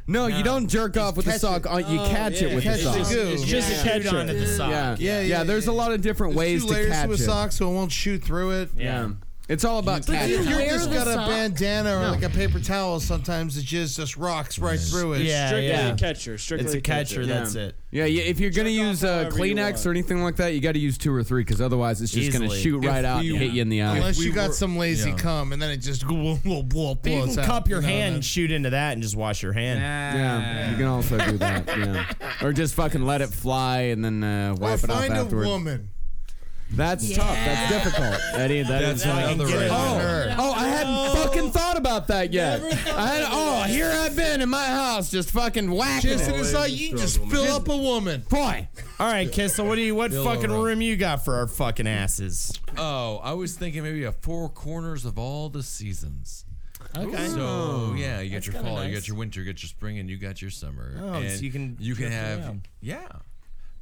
S14: No, you don't jerk off with the sock on.
S9: Oh,
S14: You catch it with
S9: Catch
S14: the
S9: the
S14: sock.
S9: goo. It's just
S14: yeah.
S9: catch it.
S14: Yeah. Yeah,
S9: Yeah, yeah,
S14: There's a lot of different
S9: There's
S14: ways
S9: two
S14: to
S9: layers
S14: catch
S9: to a
S14: it.
S9: sock, so it won't shoot through it.
S14: Yeah. It's all about
S9: But
S14: cat-
S9: you
S14: You're
S9: just got a
S14: sock?
S9: bandana or
S14: No.
S9: like a paper towel. Sometimes it just just rocks right through it.
S14: Yeah, Strictly yeah. a
S22: catcher.
S14: It's a Yeah, yeah if you're going to use uh,
S9: however you
S14: Kleenex or anything like that, you got to use two or three because otherwise it's just going to
S9: Easily.
S14: shoot
S9: If
S14: right out
S9: we
S14: and hit
S9: were-
S14: you in the eye.
S9: Unless
S14: If we
S9: you got
S14: were-
S9: some lazy
S14: yeah.
S9: cum, and then it just *laughs* will
S7: You
S9: blows
S7: can
S9: out.
S7: cup your
S9: You know,
S7: hand,
S9: that-
S7: and shoot into that, and just wash your hand.
S14: Yeah, you can also do that. Yeah, or just fucking let it fly and then uh, wipe it off
S9: find a
S14: afterwards.
S9: woman.
S14: That's
S9: Yeah.
S14: tough. That's difficult. That is, that
S9: That's
S14: is tough.
S9: another Get it
S14: oh,
S9: on her.
S14: oh, I hadn't fucking thought about that yet. I had, oh, here I've been in my house just fucking whacking.
S9: Jason,
S14: it.
S9: it's like you just fill up a woman.
S14: Boy.
S7: All right, Kissel. What do you? What
S9: Bill
S7: fucking
S9: O'Reilly.
S7: room you got for our fucking asses?
S8: Oh, I was thinking maybe a four corners of all the seasons.
S7: Okay.
S8: So
S7: Ooh.
S8: yeah, you got
S7: That's
S8: your
S7: kinda
S8: fall, you
S7: nice.
S8: got your winter, you got your spring, and you got your summer.
S9: Oh,
S8: and
S9: so you can
S8: you can
S9: drift
S8: have
S9: around.
S8: yeah,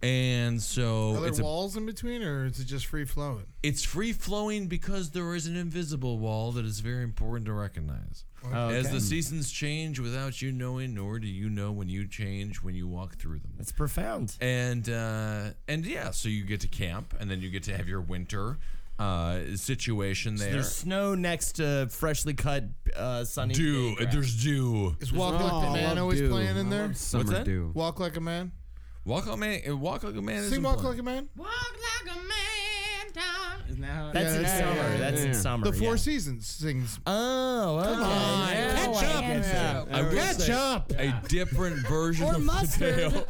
S8: and so
S9: Are there
S8: it's a
S9: walls in between, or is it just free flowing?
S8: It's free flowing because there is an invisible wall that is very important to recognize.
S9: Oh,
S8: As
S9: okay.
S8: the seasons change without you knowing, nor do you know when you change when you walk through them.
S7: It's profound.
S8: And uh, and yeah, so you get to camp, and then you get to have your winter uh, situation
S7: So
S8: there.
S7: there's snow next to freshly cut uh, sunny.
S8: Dew.
S7: day grass.
S8: There's dew.
S9: Is Walk Like a Man always playing in there?
S8: summer What's that? dew.
S9: Walk Like a Man?
S8: Walk like a man. uh, Walk like a man.
S9: Sing
S8: isn't
S9: Walk
S8: playing.
S9: Like a Man?
S7: *laughs*
S11: That's in summer. That's in summer,
S9: The Four
S11: yeah.
S9: Seasons sings.
S7: Oh, okay.
S9: Catch up.
S8: I would say A different version
S11: *laughs*
S8: of Mateo.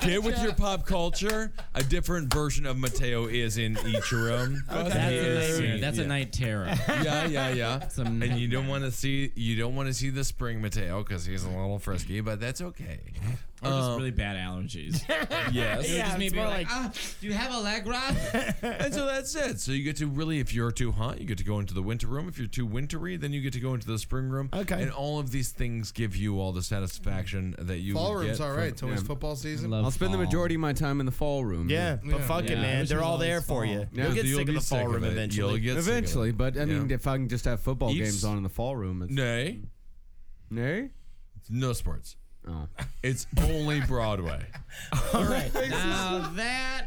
S8: Get with your pop culture. A different version of Mateo is in each room.
S11: *laughs*
S7: Oh,
S11: Okay. That's a nightmare. That's a
S20: *laughs*
S11: night terror.
S8: *laughs* Yeah, yeah, yeah. and you don't want to see you don't want to see the spring Mateo because he's a little frisky, but that's okay.
S11: Or just
S8: Um,
S11: really bad allergies.
S8: *laughs*
S11: *laughs*
S8: Yes.
S11: It would just maybe like,
S8: like-
S11: "Ah, do you have a leg rod?
S2: *laughs*
S8: and so that's it. So you get to really, if you're too hot, you get to go into the winter room. If you're too wintry, then you get to go into the spring room.
S9: Okay.
S8: And all of these things give you all the satisfaction that you
S9: Fall
S8: would
S9: room's
S8: get
S9: all
S8: from-
S9: right. It's always
S8: Yeah.
S9: football season.
S14: I'll spend the majority of my time in the fall room.
S7: Yeah, but Yeah. fuck it, man. They're all there for you. You'll get sick of
S14: be
S7: the fall
S14: sick
S7: room
S14: it.
S7: eventually.
S14: You'll get sick of eventually,
S8: it.
S14: but I mean,
S8: Yeah.
S14: if I can just have football
S8: Each-
S14: games on in the fall room, it's,
S8: Nay.
S14: Nay?
S8: No sports. Oh. It's only Broadway.
S10: *laughs*
S7: All right.
S11: now that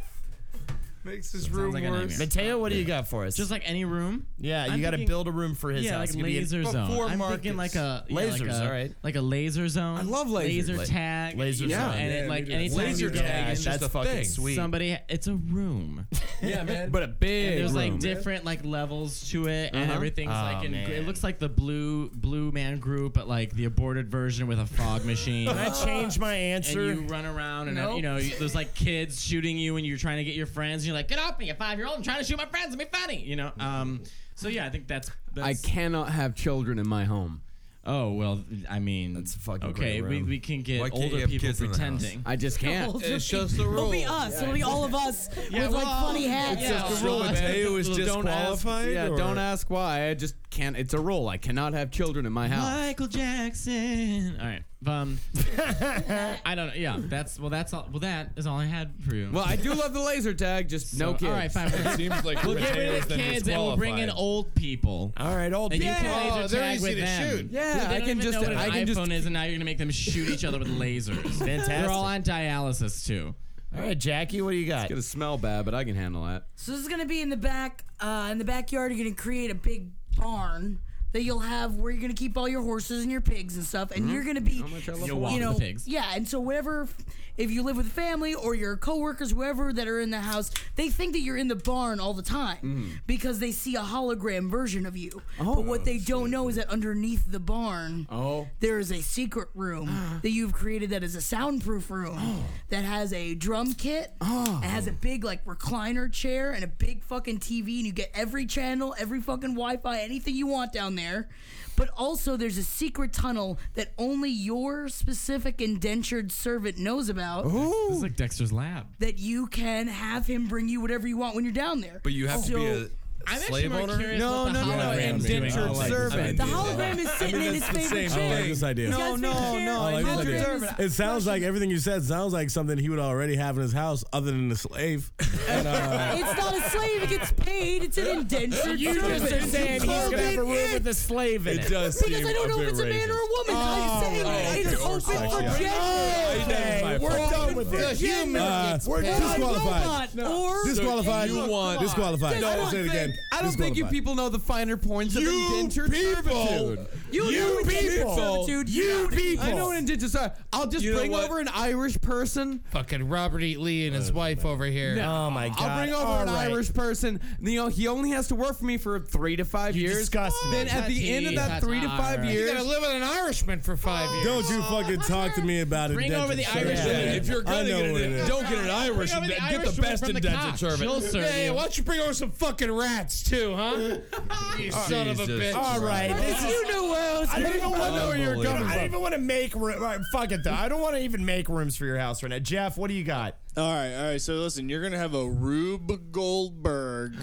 S9: makes this
S11: room like a nightmare. worse.
S7: Mateo, what do you got for us?
S11: Just like any room.
S7: Yeah,
S11: I'm
S7: you got to
S11: thinking-
S7: build a room for his
S11: yeah,
S7: house.
S11: like laser zone. I'm thinking like a yeah, like
S7: lasers.
S11: a-
S7: all right.
S11: like a laser zone. I
S7: love lasers.
S11: Laser
S7: Like-
S11: tag.
S7: laser
S11: you know,
S7: zone.
S11: And
S7: Yeah,
S11: it,
S7: we
S11: like
S7: do.
S11: anytime
S7: Laser
S11: you go
S7: tag
S11: in,
S7: is just a thing. Sweet.
S11: Somebody,
S7: *laughs*
S11: it's a room.
S8: yeah, man.
S11: But a
S8: big
S11: And there's like
S8: room.
S11: different like levels to it, and
S8: Uh-huh.
S11: everything's
S8: Oh,
S11: like in,
S8: man.
S11: it looks like the blue blue man group, but like the aborted version with a fog machine.
S7: Can I change my answer?
S11: And you run around, and uh, you know
S7: *laughs*
S11: you- there's like kids shooting you, and you're trying to get your friends. And you're like, get off me, you five year old! I'm trying to shoot my friends. It'd be funny, you know. Um. So yeah, I think that's. that's
S14: I cannot have children in my home.
S11: Oh well, I mean, that's
S14: fucking
S11: okay. We, we can get older people pretending.
S14: I just can't.
S11: *laughs* Older
S14: It's just
S11: people.
S14: the
S10: It'll
S14: rule.
S10: be us. It'll be all of us with like funny hats.
S14: Mateo is
S11: disqualified,
S14: Yeah,
S11: or-
S14: don't ask why. I just can't. It's a rule. I cannot have children in my house.
S11: Michael Jackson. All right. Um, *laughs* I don't know. Yeah, that's well. That's all. Well, that is all I had for you.
S14: Well, I do love the laser tag. Just no
S11: So,
S14: kids.
S11: all
S14: *laughs*
S11: right, fine. It seems like We'll get rid of the Mateo's then kids and we'll bring in disqualified. old people.
S7: All right, old
S11: And you
S14: Yeah.
S11: can laser
S14: Oh, they're
S11: tag
S14: easy
S11: with
S14: to
S11: them.
S14: shoot. Yeah,
S11: They don't
S14: I can
S11: even
S14: just-
S11: know what an
S14: I can
S11: iPhone
S14: just-
S11: is, and now you're gonna make them shoot each other with lasers. They're all on dialysis too.
S7: All right, Jackie, what do you got? It's
S14: gonna smell bad, but I can handle that.
S10: So this is gonna be in the back, uh, in the backyard. You're gonna create a big barn that you'll have where you're gonna keep all your horses and your pigs and stuff, and
S14: Mhm.
S10: you're gonna be,
S14: How much I love
S10: you
S14: You'll walk
S10: know,
S14: the pigs.
S10: yeah. And so whatever, if you live with family or your coworkers, whoever that are in the house, they think that you're in the barn all the time
S14: Mm-hmm.
S10: because they see a hologram version of you. but what they don't know is that underneath the barn,
S14: Oh.
S10: there is a secret room that you've created that is a soundproof room that has a drum kit. It has a big like recliner chair and a big fucking TV, and you get every channel, every fucking Wi-Fi, anything you want down there. But also, there's a secret tunnel that only your specific indentured servant knows about.
S11: This is like Dexter's Lab.
S10: That you can have him bring you whatever you want when you're down there.
S8: But you have to be a
S10: I'm actually
S8: slave
S10: more
S8: owner.
S10: curious No, what the no, no, no, hologram's doing. indentured servant. The hologram is sitting in his favorite chair.
S5: I like this idea.
S10: He's got his No, favorite no, chair. no,
S5: I like this
S10: indentured
S5: idea.
S10: servant.
S5: It sounds like everything you *laughs*
S9: *laughs*
S5: said sounds like something he would already have in his house, other than the slave.
S10: *laughs* it's not a slave. It
S8: *laughs*
S10: gets paid. It's
S2: *laughs*
S10: an indentured
S2: uh, You
S10: servant.
S2: just are saying he's gonna have a room with a slave in it.
S20: It does
S10: Because
S20: seem
S10: I don't
S20: a
S10: know if
S20: bit
S10: it's a
S20: racist.
S10: man or a woman.
S2: Oh
S10: I'm saying
S20: right.
S10: it's
S20: Or
S10: open
S20: sex,
S10: for
S20: yeah.
S10: gender.
S20: Oh, that's my
S10: we're
S20: fault.
S10: done with
S20: The
S10: this.
S20: human
S5: Uh,
S20: gets
S5: we're
S20: paid.
S5: disqualified.
S10: Robot or-
S5: Disqualified.
S20: So you want-
S5: disqualified.
S20: No, I
S5: Say it
S20: don't
S5: again.
S20: think- I don't think you
S5: Disqualified.
S14: people know the finer points of indentured servitude.
S20: You know indentured servitude. You
S14: I
S20: people.
S14: know an indentured servitude. I'll just
S20: You know
S14: bring
S20: what?
S14: over an Irish person.
S9: Fucking Robert E. Lee and his wife over here.
S14: No, I'll bring over an Irish person. You know, he only has to work for me for three to five years.
S9: disgusting.
S14: Then at the end of that three to five years,
S9: you gotta live with an Irishman for five years.
S5: Don't you fucking talk to me about it.
S9: Bring over the
S20: Irishman. If you're gonna get an- don't get an Irish
S5: and
S20: indent- get the best indentured servant. She'll
S9: Yeah,
S20: serve
S9: yeah,
S20: you.
S9: why don't you bring over some fucking rats too, huh? you son of a
S20: Jesus
S9: bitch.
S20: All right,
S2: this is-
S10: You know where I was
S2: I don't even
S10: going.
S2: want to know where you're coming from. I don't
S7: even
S2: want to
S7: make room. fuck it though. I don't want to even make rooms for your house right now. Jeff, what do you got?
S3: All right, all right. So listen, you're gonna have a Rube
S9: *gasps*
S3: Goldberg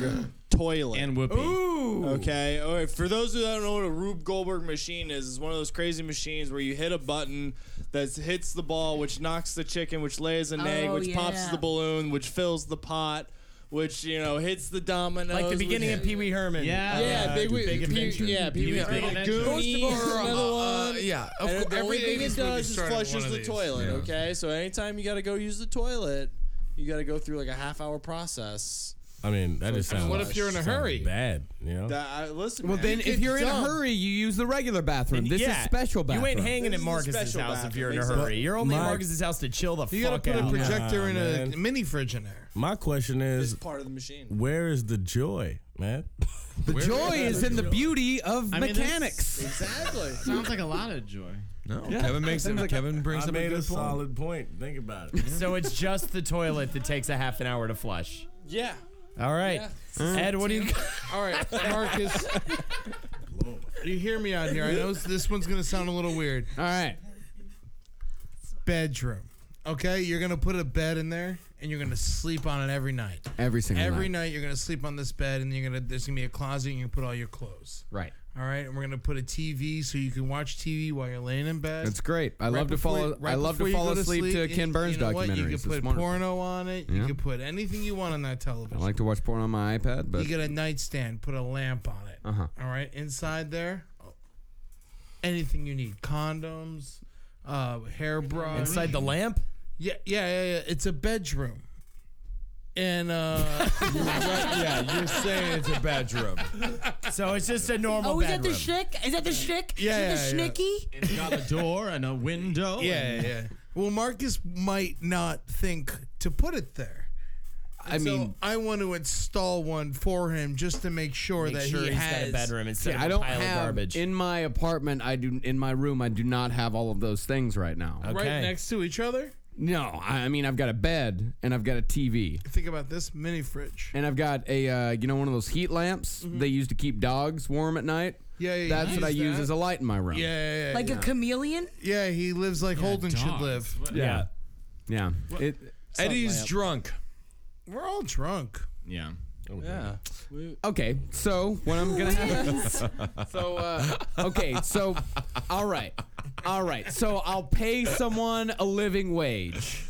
S3: toilet and
S11: whoopee.
S3: Ooh. Okay. All right. For those who don't know what a Rube Goldberg machine is, it's one of those crazy machines where you hit a button that hits the ball, which knocks the chicken, which lays an egg,
S2: Oh,
S3: which pops
S2: yeah.
S3: the balloon, which fills the pot. Which you know hits the dominoes,
S2: Like the
S3: which-
S2: beginning of Pee Wee Herman.
S3: Yeah,
S2: Yeah, Big Wee- Pee- yeah, Pee Wee Herman.
S3: Goonies,
S2: Most of our,
S3: another
S2: uh,
S3: one.
S2: uh, yeah, of
S3: And
S2: course, the only
S3: everything it
S2: 80s movie
S3: does is
S2: started one
S3: flushes
S2: of
S3: the
S2: these.
S3: toilet.
S2: Yeah.
S3: Okay, so anytime you got to go use the toilet, you got to go through like a half hour process.
S5: I mean, that just
S3: So
S5: sounds.
S3: what if you're in a
S5: sounds
S3: hurry?
S5: Bad. You know.
S3: That- I- listen,
S14: well,
S3: man,
S14: then
S3: you
S14: if
S3: get
S14: you're in a
S3: dumb.
S14: hurry, you use the regular bathroom. This is
S7: Yeah.
S14: special bathroom.
S7: You ain't hanging
S14: This
S7: at
S14: is the
S7: Marcus's house
S14: special
S7: if you're in a
S14: bathroom.
S7: hurry. You're only
S5: My-
S7: at Marcus's house to chill the
S5: You gotta
S7: fuck
S5: put a
S7: out.
S5: projector in a
S9: mini fridge in there.
S5: My question is,
S3: part of the machine.
S5: where is the joy, man?
S14: The joy is in the beauty of
S5: I mean, this-
S14: mechanics. *laughs*
S3: Exactly.
S11: *laughs* Sounds like a lot of joy.
S8: No,
S14: Yeah. *laughs*
S8: Kevin makes him.
S14: Seems like-
S8: Kevin
S5: I
S8: brings up a
S5: made
S8: good
S5: a
S8: point.
S5: solid point. Think about it.
S7: so it's just the toilet that takes a half an hour to flush.
S3: Yeah.
S7: All right. Mm.
S3: Yeah.
S7: Ed, what do you
S9: All right,
S7: *laughs*
S9: Marcus. you hear me out here. I know this one's going to sound a little weird. All right. Bedroom. Okay, you're going to put a bed in there and you're going to sleep on it every night.
S14: Every single
S9: every night. you're going to sleep on this bed and you're going to there's going to be a closet and you can put all your clothes.
S14: Right.
S9: All right, and we're going to put a TV so you can watch TV while you're laying in bed.
S14: That's great. I
S9: Right
S14: love to
S9: before-
S14: fall-
S9: right
S14: I love to
S9: before you
S14: fall
S9: go
S14: asleep to Ken
S9: you-
S14: Burns
S9: you know what? You
S14: documentaries.
S9: can
S14: It's
S9: put
S14: wonderful.
S9: porno on it. You
S14: Yeah.
S9: can put anything you want on that television.
S14: I like to watch porn on my iPad, but
S9: you get a nightstand, put a lamp on it.
S14: Uh-huh.
S9: All right, inside there, anything you need: condoms, uh, hairbrush.
S7: Inside the lamp?
S9: Yeah, yeah, yeah, yeah. It's a bedroom, and
S14: *laughs*
S9: uh,
S8: yeah, you're saying it's a bedroom.
S7: *laughs* So it's just a normal
S10: Oh, is that the
S7: bedroom.
S10: schnick? Is that the schnick?
S9: Yeah,
S10: Is that
S9: yeah,
S10: the
S9: yeah.
S10: schnicky?
S11: It's got a door and a window.
S9: yeah, yeah,
S11: and-
S9: yeah. Well, Marcus might not think to put it there.
S14: I
S9: And so
S14: mean-
S9: I want to install one for him just to make sure
S7: Make
S9: that
S7: sure
S9: he
S7: he's got a
S9: has
S7: bedroom instead
S14: See,
S7: of
S14: I
S7: a
S14: don't
S7: pile of
S14: have
S7: garbage.
S14: in my apartment. I do in my room. I do not have all of those things right now.
S9: right next to each other.
S14: No, I I mean I've got a bed and I've got a TV
S9: Think about this mini fridge.
S14: and I've got a uh, you know one of those heat lamps they use to keep dogs warm at night.
S9: Mm-hmm. Yeah, yeah,
S14: that's
S9: you
S14: what I
S9: use
S14: use
S9: that.
S14: as a light in my room.
S9: Yeah, yeah, yeah
S10: Like
S9: yeah.
S10: a chameleon?
S9: Yeah, he lives like Holden should live.
S14: yeah, yeah. It,
S8: Eddie's drunk.
S9: We're all drunk.
S11: Yeah.
S8: Yeah.
S14: Okay, so what I'm
S10: *laughs*
S14: gonna have? so uh, okay, so all right, all right. So I'll pay someone a living wage.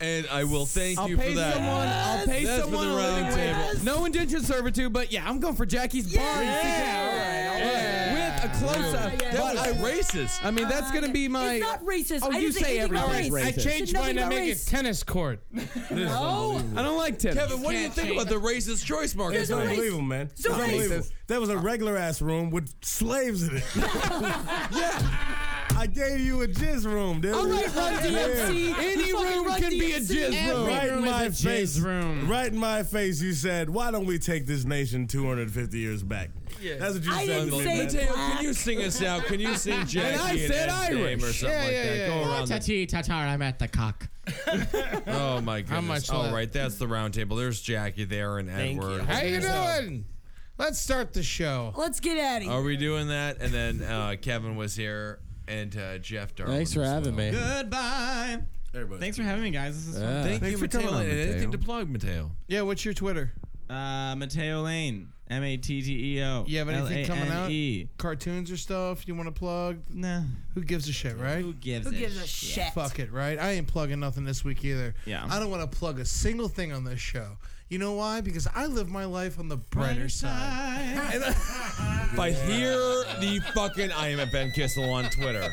S8: And I will thank
S14: I'll
S8: you
S14: pay
S8: for that.
S14: someone. I'll pay
S8: That's been
S14: someone a
S8: the
S14: living
S8: round
S14: wage.
S8: table.
S14: No indentured servitude, but yeah, I'm going for Jackie's bar. Yeah. All right, all right. With a close up.
S8: That was racist.
S14: I mean, that's gonna be my.
S10: It's not racist.
S14: Oh,
S10: I
S14: you
S10: just think
S14: say
S10: anything about
S14: everything's
S10: race.
S14: racist.
S10: I changed mine to make it
S9: tennis
S14: *laughs*
S9: court.
S10: No.
S14: I don't like tennis.
S8: Kevin, what do you think about the racist choice market?
S5: It's unbelievable, man. It's unbelievable. That was a regular ass room with slaves
S18: *laughs*
S5: in it. yeah. I gave you a jizz room, dude.
S18: All right, Run DMC.
S5: Yeah.
S18: Any You fucking room Run can be a DMC. jizz Every room.
S5: Right in
S18: room is
S5: my
S18: a jizz
S5: face. Room. Right in my face, you said, why don't we take this nation 250 years back?
S18: Yeah.
S5: That's what you
S18: I
S5: said.
S18: didn't
S5: to me,
S18: say
S5: man.
S18: Mateo, can
S8: you sing us out? Can you sing
S5: And
S8: Jackie
S5: I
S8: and
S5: said
S8: Ed's name or
S5: Irish.
S8: something
S5: Yeah,
S8: like
S5: yeah,
S8: that?
S5: yeah.
S8: Go around the
S11: Tati tatar, I'm at the cock.
S8: Oh my goodness!
S9: much
S8: All
S9: left?
S8: right, that's the round table. There's Jackie there and
S9: Thank
S8: Edward. uh,
S9: you. How you doing? Let's start the show.
S10: Let's get at it.
S8: Are we doing that? And then uh, Kevin was here and uh, Jeff Darwin.
S3: Thanks for
S8: as
S3: having
S8: well.
S3: me.
S11: Goodbye.
S8: Everybody.
S11: Thanks for having me, guys. This is
S8: Thank
S11: fun.
S8: you, Mateo. and Anything to plug, Mateo?
S9: Yeah, what's your Twitter?
S11: Uh, Mateo Lane, M A T T E O.
S9: You have anything coming out?
S11: L-A-N-E.
S9: Cartoons or stuff you want to plug?
S11: Nah.
S9: Who gives a shit, right? Who
S11: gives Who a gives a shit? shit?
S9: Fuck it, right? I ain't plugging nothing this week either.
S11: Yeah.
S9: I don't want to plug a single thing on this show. You know why? Because I live my life on the brighter side. And I-
S5: *laughs*
S8: If I hear the fucking I am at Ben Kissel on Twitter.